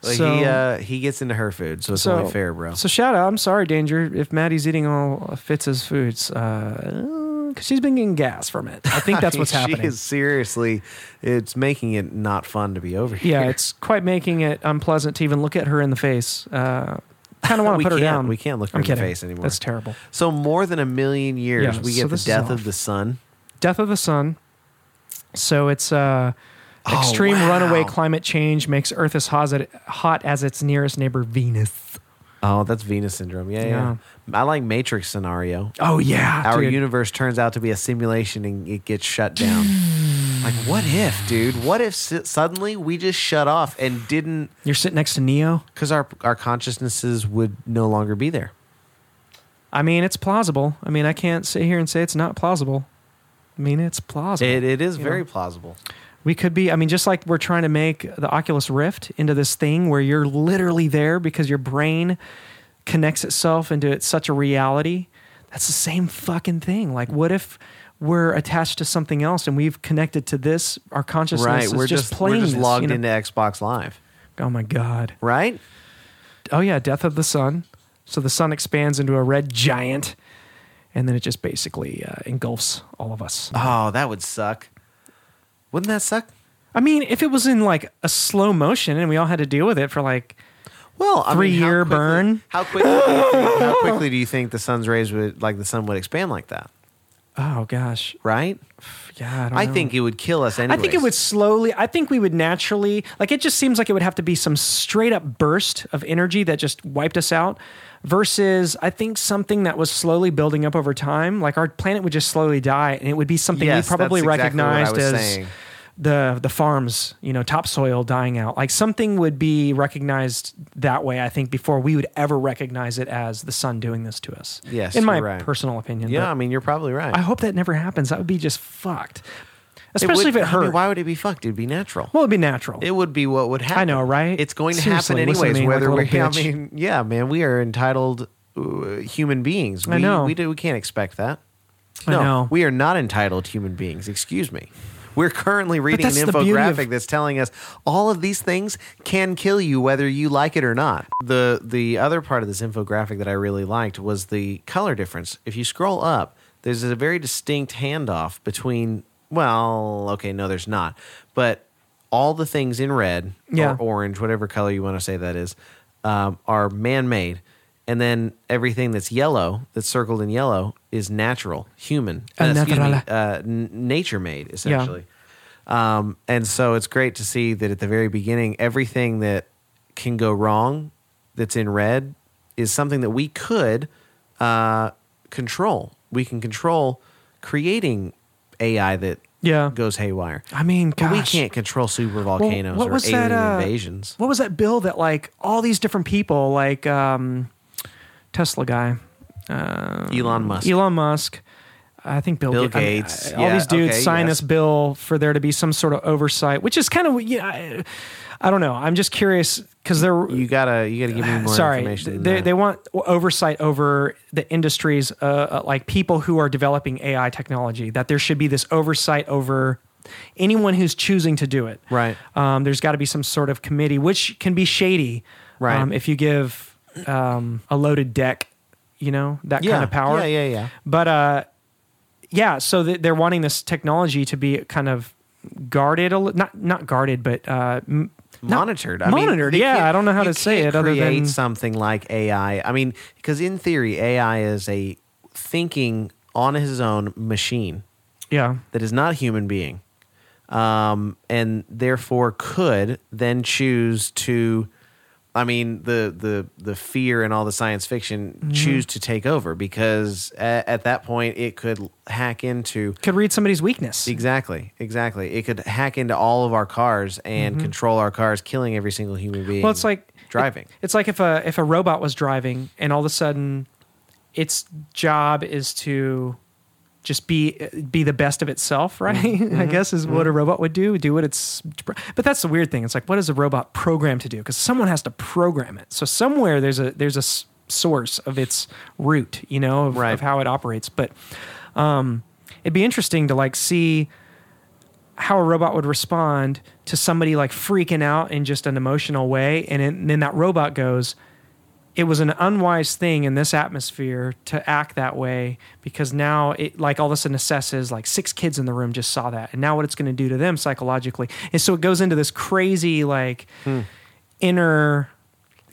Like, so, he uh, he gets into her food, so it's so only fair, bro. So shout out. I'm sorry, Danger. If Maddie's eating all of Fitz's foods, because she's been getting gas from it. I think that's what's I mean, happening. She is seriously, it's making it not fun to be over here. Yeah, it's quite making it unpleasant to even look at her in the face. Uh, kind of want We to put her can't- down. we can't look her I'm in the kidding. face anymore. That's terrible. So more than a million years, Yeah, we so get the this is death off. of the sun. Death of the Sun. So it's uh, extreme Oh, wow. runaway climate change makes Earth as hot as, hot as its nearest neighbor Venus. Oh, that's Venus syndrome. Yeah, yeah. I like Matrix scenario. Oh yeah, Our dude. universe turns out to be a simulation and it gets shut down. like, what if, dude? What if s- suddenly we just shut off and didn't? You're sitting next to Neo. Because our our consciousnesses would no longer be there. I mean, it's plausible. I mean, I can't sit here and say it's not plausible. I mean, it's plausible. It, it is you very know? plausible. We could be. I mean, just like we're trying to make the Oculus Rift into this thing where you're literally there because your brain connects itself into it- such a reality. That's the same fucking thing. Like, what if we're attached to something else and we've connected to this? Our consciousness Right? is We're just, just, playing we're just this, you logged know? into Xbox Live, Oh my god. right? Oh yeah, death of the sun. So the sun expands into a red giant, and then it just basically uh, engulfs all of us. Oh, that would suck. Wouldn't that suck? I mean, if it was in like a slow motion and we all had to deal with it for like Well, I mean, how Three-year quickly- burn. How quickly? do you think, how quickly do you think the sun's rays would like the sun would expand like that? Oh gosh, Right? yeah. I, don't I know. think it would kill us. I Anyways. think it would slowly. I think we would naturally like. It just seems like it would have to be some straight up burst of energy that just wiped us out. Versus, I think something that was slowly building up over time, like our planet would just slowly die, and it would be something Yes, we probably that's exactly what I recognized was as saying. the the farms, you know, topsoil dying out. Like something would be recognized that way. I think before we would ever recognize it as the sun doing this to us. Yes, in my you're right. personal opinion. Yeah, but- I mean, you're probably right. I hope that never happens. That would be just fucked. It Especially would- if I it hurt. mean, why would it be fucked? It'd be natural. well, it'd be natural. it would be what would happen. know, right? It's going to Seriously, happen listen to anyways. me like a whether we, little I bitch. mean, yeah, man, we are entitled uh, human beings. We, I know. We do. We can't expect that. I No, know. we are not entitled human beings. Excuse me. We're currently reading an that's the beauty of- infographic that's telling us all of these things can kill you whether you like it or not. The the other part of this infographic that I really liked was the color difference. If you scroll up, there's a very distinct handoff between well, okay, no there's not. But all the things in red Yeah. or orange, whatever color you want to say that is, um, are man made. And then everything that's yellow, that's circled in yellow, is natural, human, uh, excuse me, Natural. uh, n- nature made, essentially. Um, and so it's great to see that at the very beginning, everything that can go wrong that's in red is something that we could uh, control. We can control creating AI that Yeah. goes haywire. I mean, But we gosh. can't control super Well, volcanoes or alien uh, invasions. What was that bill that like all these different people, like um, Tesla guy, Elon Musk. Elon Musk, I think Bill, Bill Ga- I mean, Gates. I- all Yeah, these dudes okay, sign yes. this bill for there to be some sort of oversight, which is kind of yeah. I, I don't know. I'm just curious because they're you gotta you gotta give me more Uh, sorry information. than they, that. they want oversight over the industries uh, uh, like people who are developing ai technology that there should be this oversight over anyone who's choosing to do it Right. um, there's got to be some sort of committee which can be shady Right. um, if you give um, a loaded deck you know that Yeah, kind of power Yeah, yeah, yeah. but uh, yeah, so th- they're wanting this technology to be kind of guarded, a li- not not guarded, but uh, m- not- monitored. monitored. they yeah, can't- I don't know how you to say can't it other create than something like AI. I mean, because in theory, AI is a thinking on his own machine yeah, that is not a human being, um, and therefore could then choose to. I mean, the the the fear and all the science fiction Mm-hmm. choose to take over because at, at that point it could hack into could read somebody's weakness. Exactly, exactly. It could hack into all of our cars and control our cars, killing every single human being. Mm-hmm. Well, it's like driving. it- it's like if a if a robot was driving and all of a sudden its job is to just be be the best of itself, right? I guess is what a robot would do. Do what it's But that's the weird thing. It's like what is a robot programmed to do? Cuz someone has to program it. So somewhere there's a there's a s- source of its root, you know, of, Right. of how it operates, but um it'd be interesting to like see how a robot would respond to somebody like freaking out in just an emotional way, and, it, and then that robot goes, "It was an unwise thing in this atmosphere to act that way because now it like all of a sudden assesses like six kids in the room just saw that, and now what it's going to do to them psychologically." And so it goes into this crazy like Hmm. inner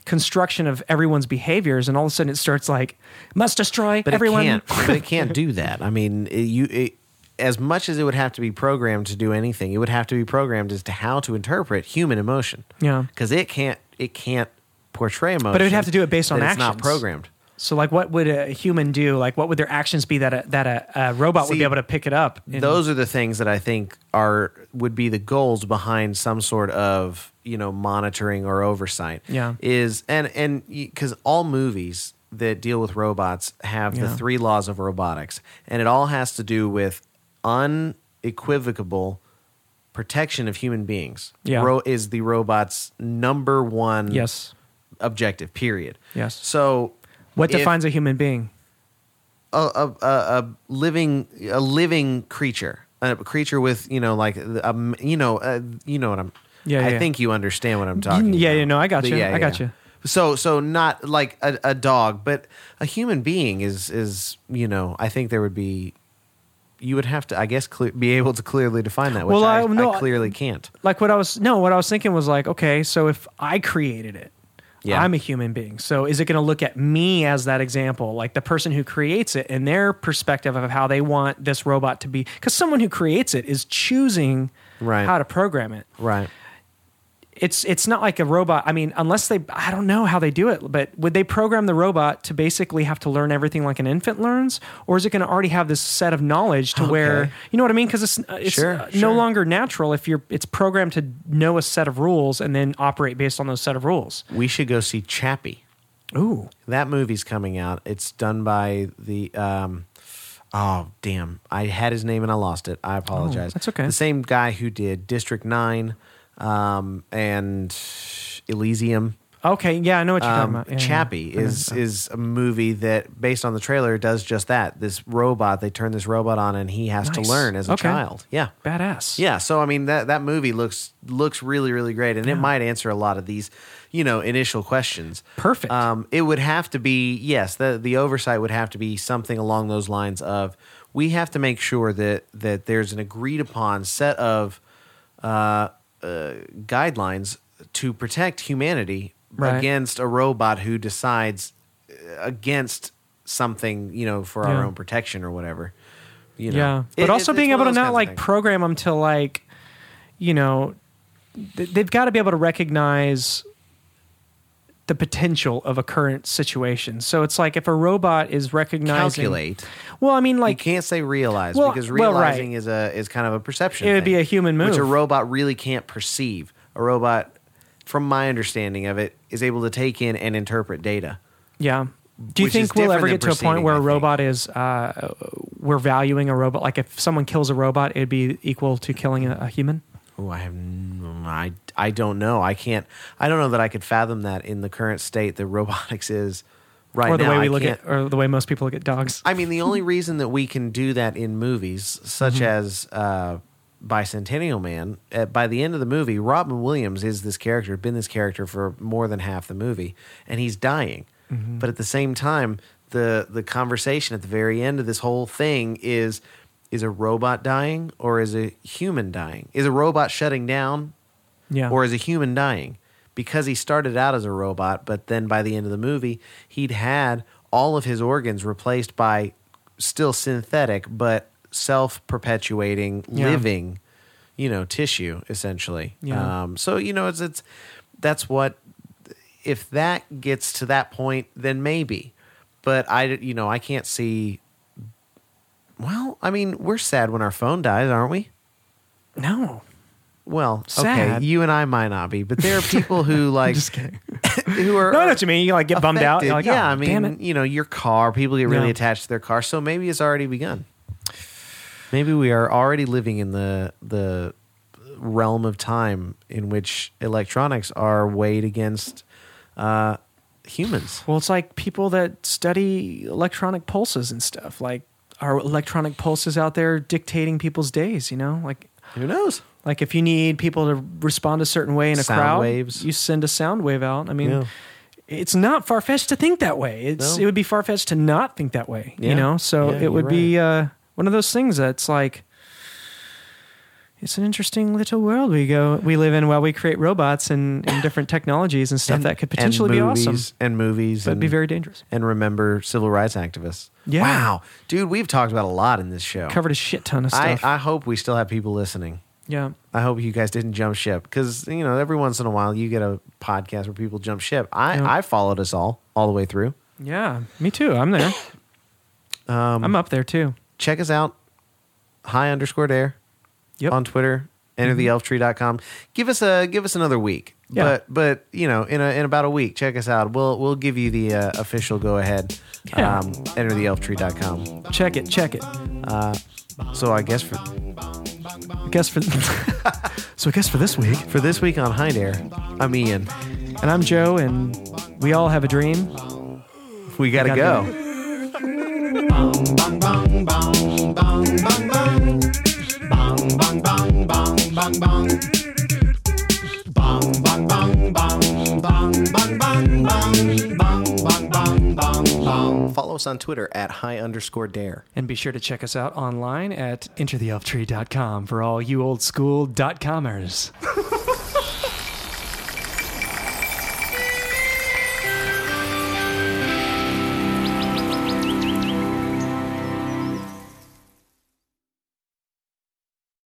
construction of everyone's behaviors and all of a sudden it starts like must destroy but everyone It can't, but it can't do that. I mean, it, you it, as much as it would have to be programmed to do anything, it would have to be programmed as to how to interpret human emotion. Yeah. because it can't it can't portray emotion. would have to do it based on that It's not actions. programmed. So, like, what would a human do? Like, what would their actions be that a, that a, a robot would See, be able to pick it up? and- Those are the things that I think are would be the goals behind some sort of you know monitoring or oversight. Yeah. is and and because all movies that deal with robots have the Yeah. three laws of robotics, and it all has to do with unequivocal protection of human beings. Yeah. Ro- is the robot's number one yes. objective. Period. Yes. So What if- defines a human being? a, a, a, a living a living creature, a creature with you know like um, you know uh, you know what I'm. Yeah, I yeah. think you understand what I'm talking. yeah, about. yeah, no, I got But you. I got you. So so not like a, a dog, but a human being is is you know I think there would be. You would have to, I guess, cle- be able to clearly define that, which Well, I, I- no, I I- clearly can't. Like, what I was no, what I was thinking was like, okay, so if I created it, Yeah. I'm a human being. So, is it going to look at me as that example, like the person who creates it and their perspective of how they want this robot to be? Because someone who creates it is choosing Right. how to program it. Right. it's it's not like a robot. I mean, unless they, I don't know how they do it, but would they program the robot to basically have to learn everything like an infant learns, or is it going to already have this set of knowledge to where Okay. you know what I mean? Because it's it's Sure, uh, sure. no longer natural if you're it's programmed to know a set of rules and then operate based on those set of rules. We should go see Chappie. Ooh, That movie's coming out. It's done by the um oh damn. I had his name and I lost it. I apologize. Oh, that's okay. The same guy who did District 9 um and Elysium. okay, yeah, I know what you're Um, talking about. Yeah, yeah. uh, Chappie is is a movie that based on the trailer does just that. This robot, they turn this robot on and he has to Nice. learn as a Okay. child. Yeah. badass. Yeah, so I mean that that movie looks looks really really great, and it might answer a lot of these, you know, initial questions. Perfect. Um, it would have to be yes, the the oversight would have to be something along those lines of we have to make sure that that there's an agreed upon set of uh, uh, guidelines to protect humanity Right. against a robot who decides uh, against something you know for our Yeah. own protection or whatever. You know? Yeah, but It- also it's- being it's one able of to those kinds not of like things. program them to like, you know, th- they've got to be able to recognize the potential of a current situation. So it's like if a robot is recognizing, calculate. Well, I mean, You like can't say realize Well, because well, right. realizing is a is kind of a perception. It would be thing, a human which a move. robot really can't perceive. A robot, from my understanding of it, is able to take in and interpret data. Yeah. Do you Which is think we'll different ever than get to a proceeding, point where I a think. robot is, uh, we're valuing a robot? Like if someone kills a robot, it'd be equal to killing a, a human? Oh, I have, n- I, I don't know. I can't. I don't know that I could fathom that in the current state that robotics is right Or the now. way we I look can't, at, or the way most people look at dogs? I mean, the only reason that we can do that in movies, such as uh, Bicentennial Man, at, by the end of the movie, Robin Williams is this character, been this character for more than half the movie, and he's dying. But at the same time, the the conversation at the very end of this whole thing is: is a robot dying or is a human dying? Is a robot shutting down yeah. or as a human dying because he started out as a robot but then by the end of the movie he'd had all of his organs replaced by still synthetic but self-perpetuating Yeah. living you know tissue essentially Yeah. um, so you know it's it's that's what if that gets to that point then maybe but i you know i can't see well i mean we're sad when our phone dies aren't we no. well, Sad. okay, you and I might not be, but there are people who like Just kidding. who are No, I know what you mean. You like get bummed out. affected. You're like, yeah, "Oh, I mean, damn it." you know, your car, people get really Yeah. attached to their car, so maybe it's already begun. Maybe we are already living in the the realm of time in which electronics are weighed against uh, humans. Well, it's like people that study electronic pulses and stuff. Like, are electronic pulses out there dictating people's days? You know, like Who knows? Like if you need people to respond a certain way in a Sound crowd, waves. you send a sound wave out. I mean, Yeah. it's not far fetched to think that way. It's No. it would be far fetched to not think that way. Yeah. You know, so Yeah, it you're would be uh, one of those things that's like. It's an interesting little world we go we live in while we create robots and, and different technologies and stuff that could And potentially be awesome, movies- And movies. but and, be very dangerous. and remember civil rights activists. Yeah. Wow. Dude, we've talked about a lot in this show. Covered a shit ton of I, stuff. I hope we still have people listening. yeah. I hope you guys didn't jump ship because you know every once in a while you get a podcast where people jump ship. I, Yeah. I followed us all all the way through. Yeah, me too. I'm there. Um, I'm up there too. Check us out, high underscore dare Yep. on Twitter. Entertheelftree.com. Give us a give us another week, Yeah. but but you know in a, in about a week, check us out. We'll we'll give you the uh, official go ahead. Yeah. Um, entertheelftree.com. check it, check it. So I guess for I guess for so I guess for this week, for this week on High Dare, I'm Ian. and I'm Joe, and we all have a dream. We gotta, gotta go. go. Follow us on Twitter at high underscore dare. And be sure to check us out online at entertheelftree.com for all you old school dot comers.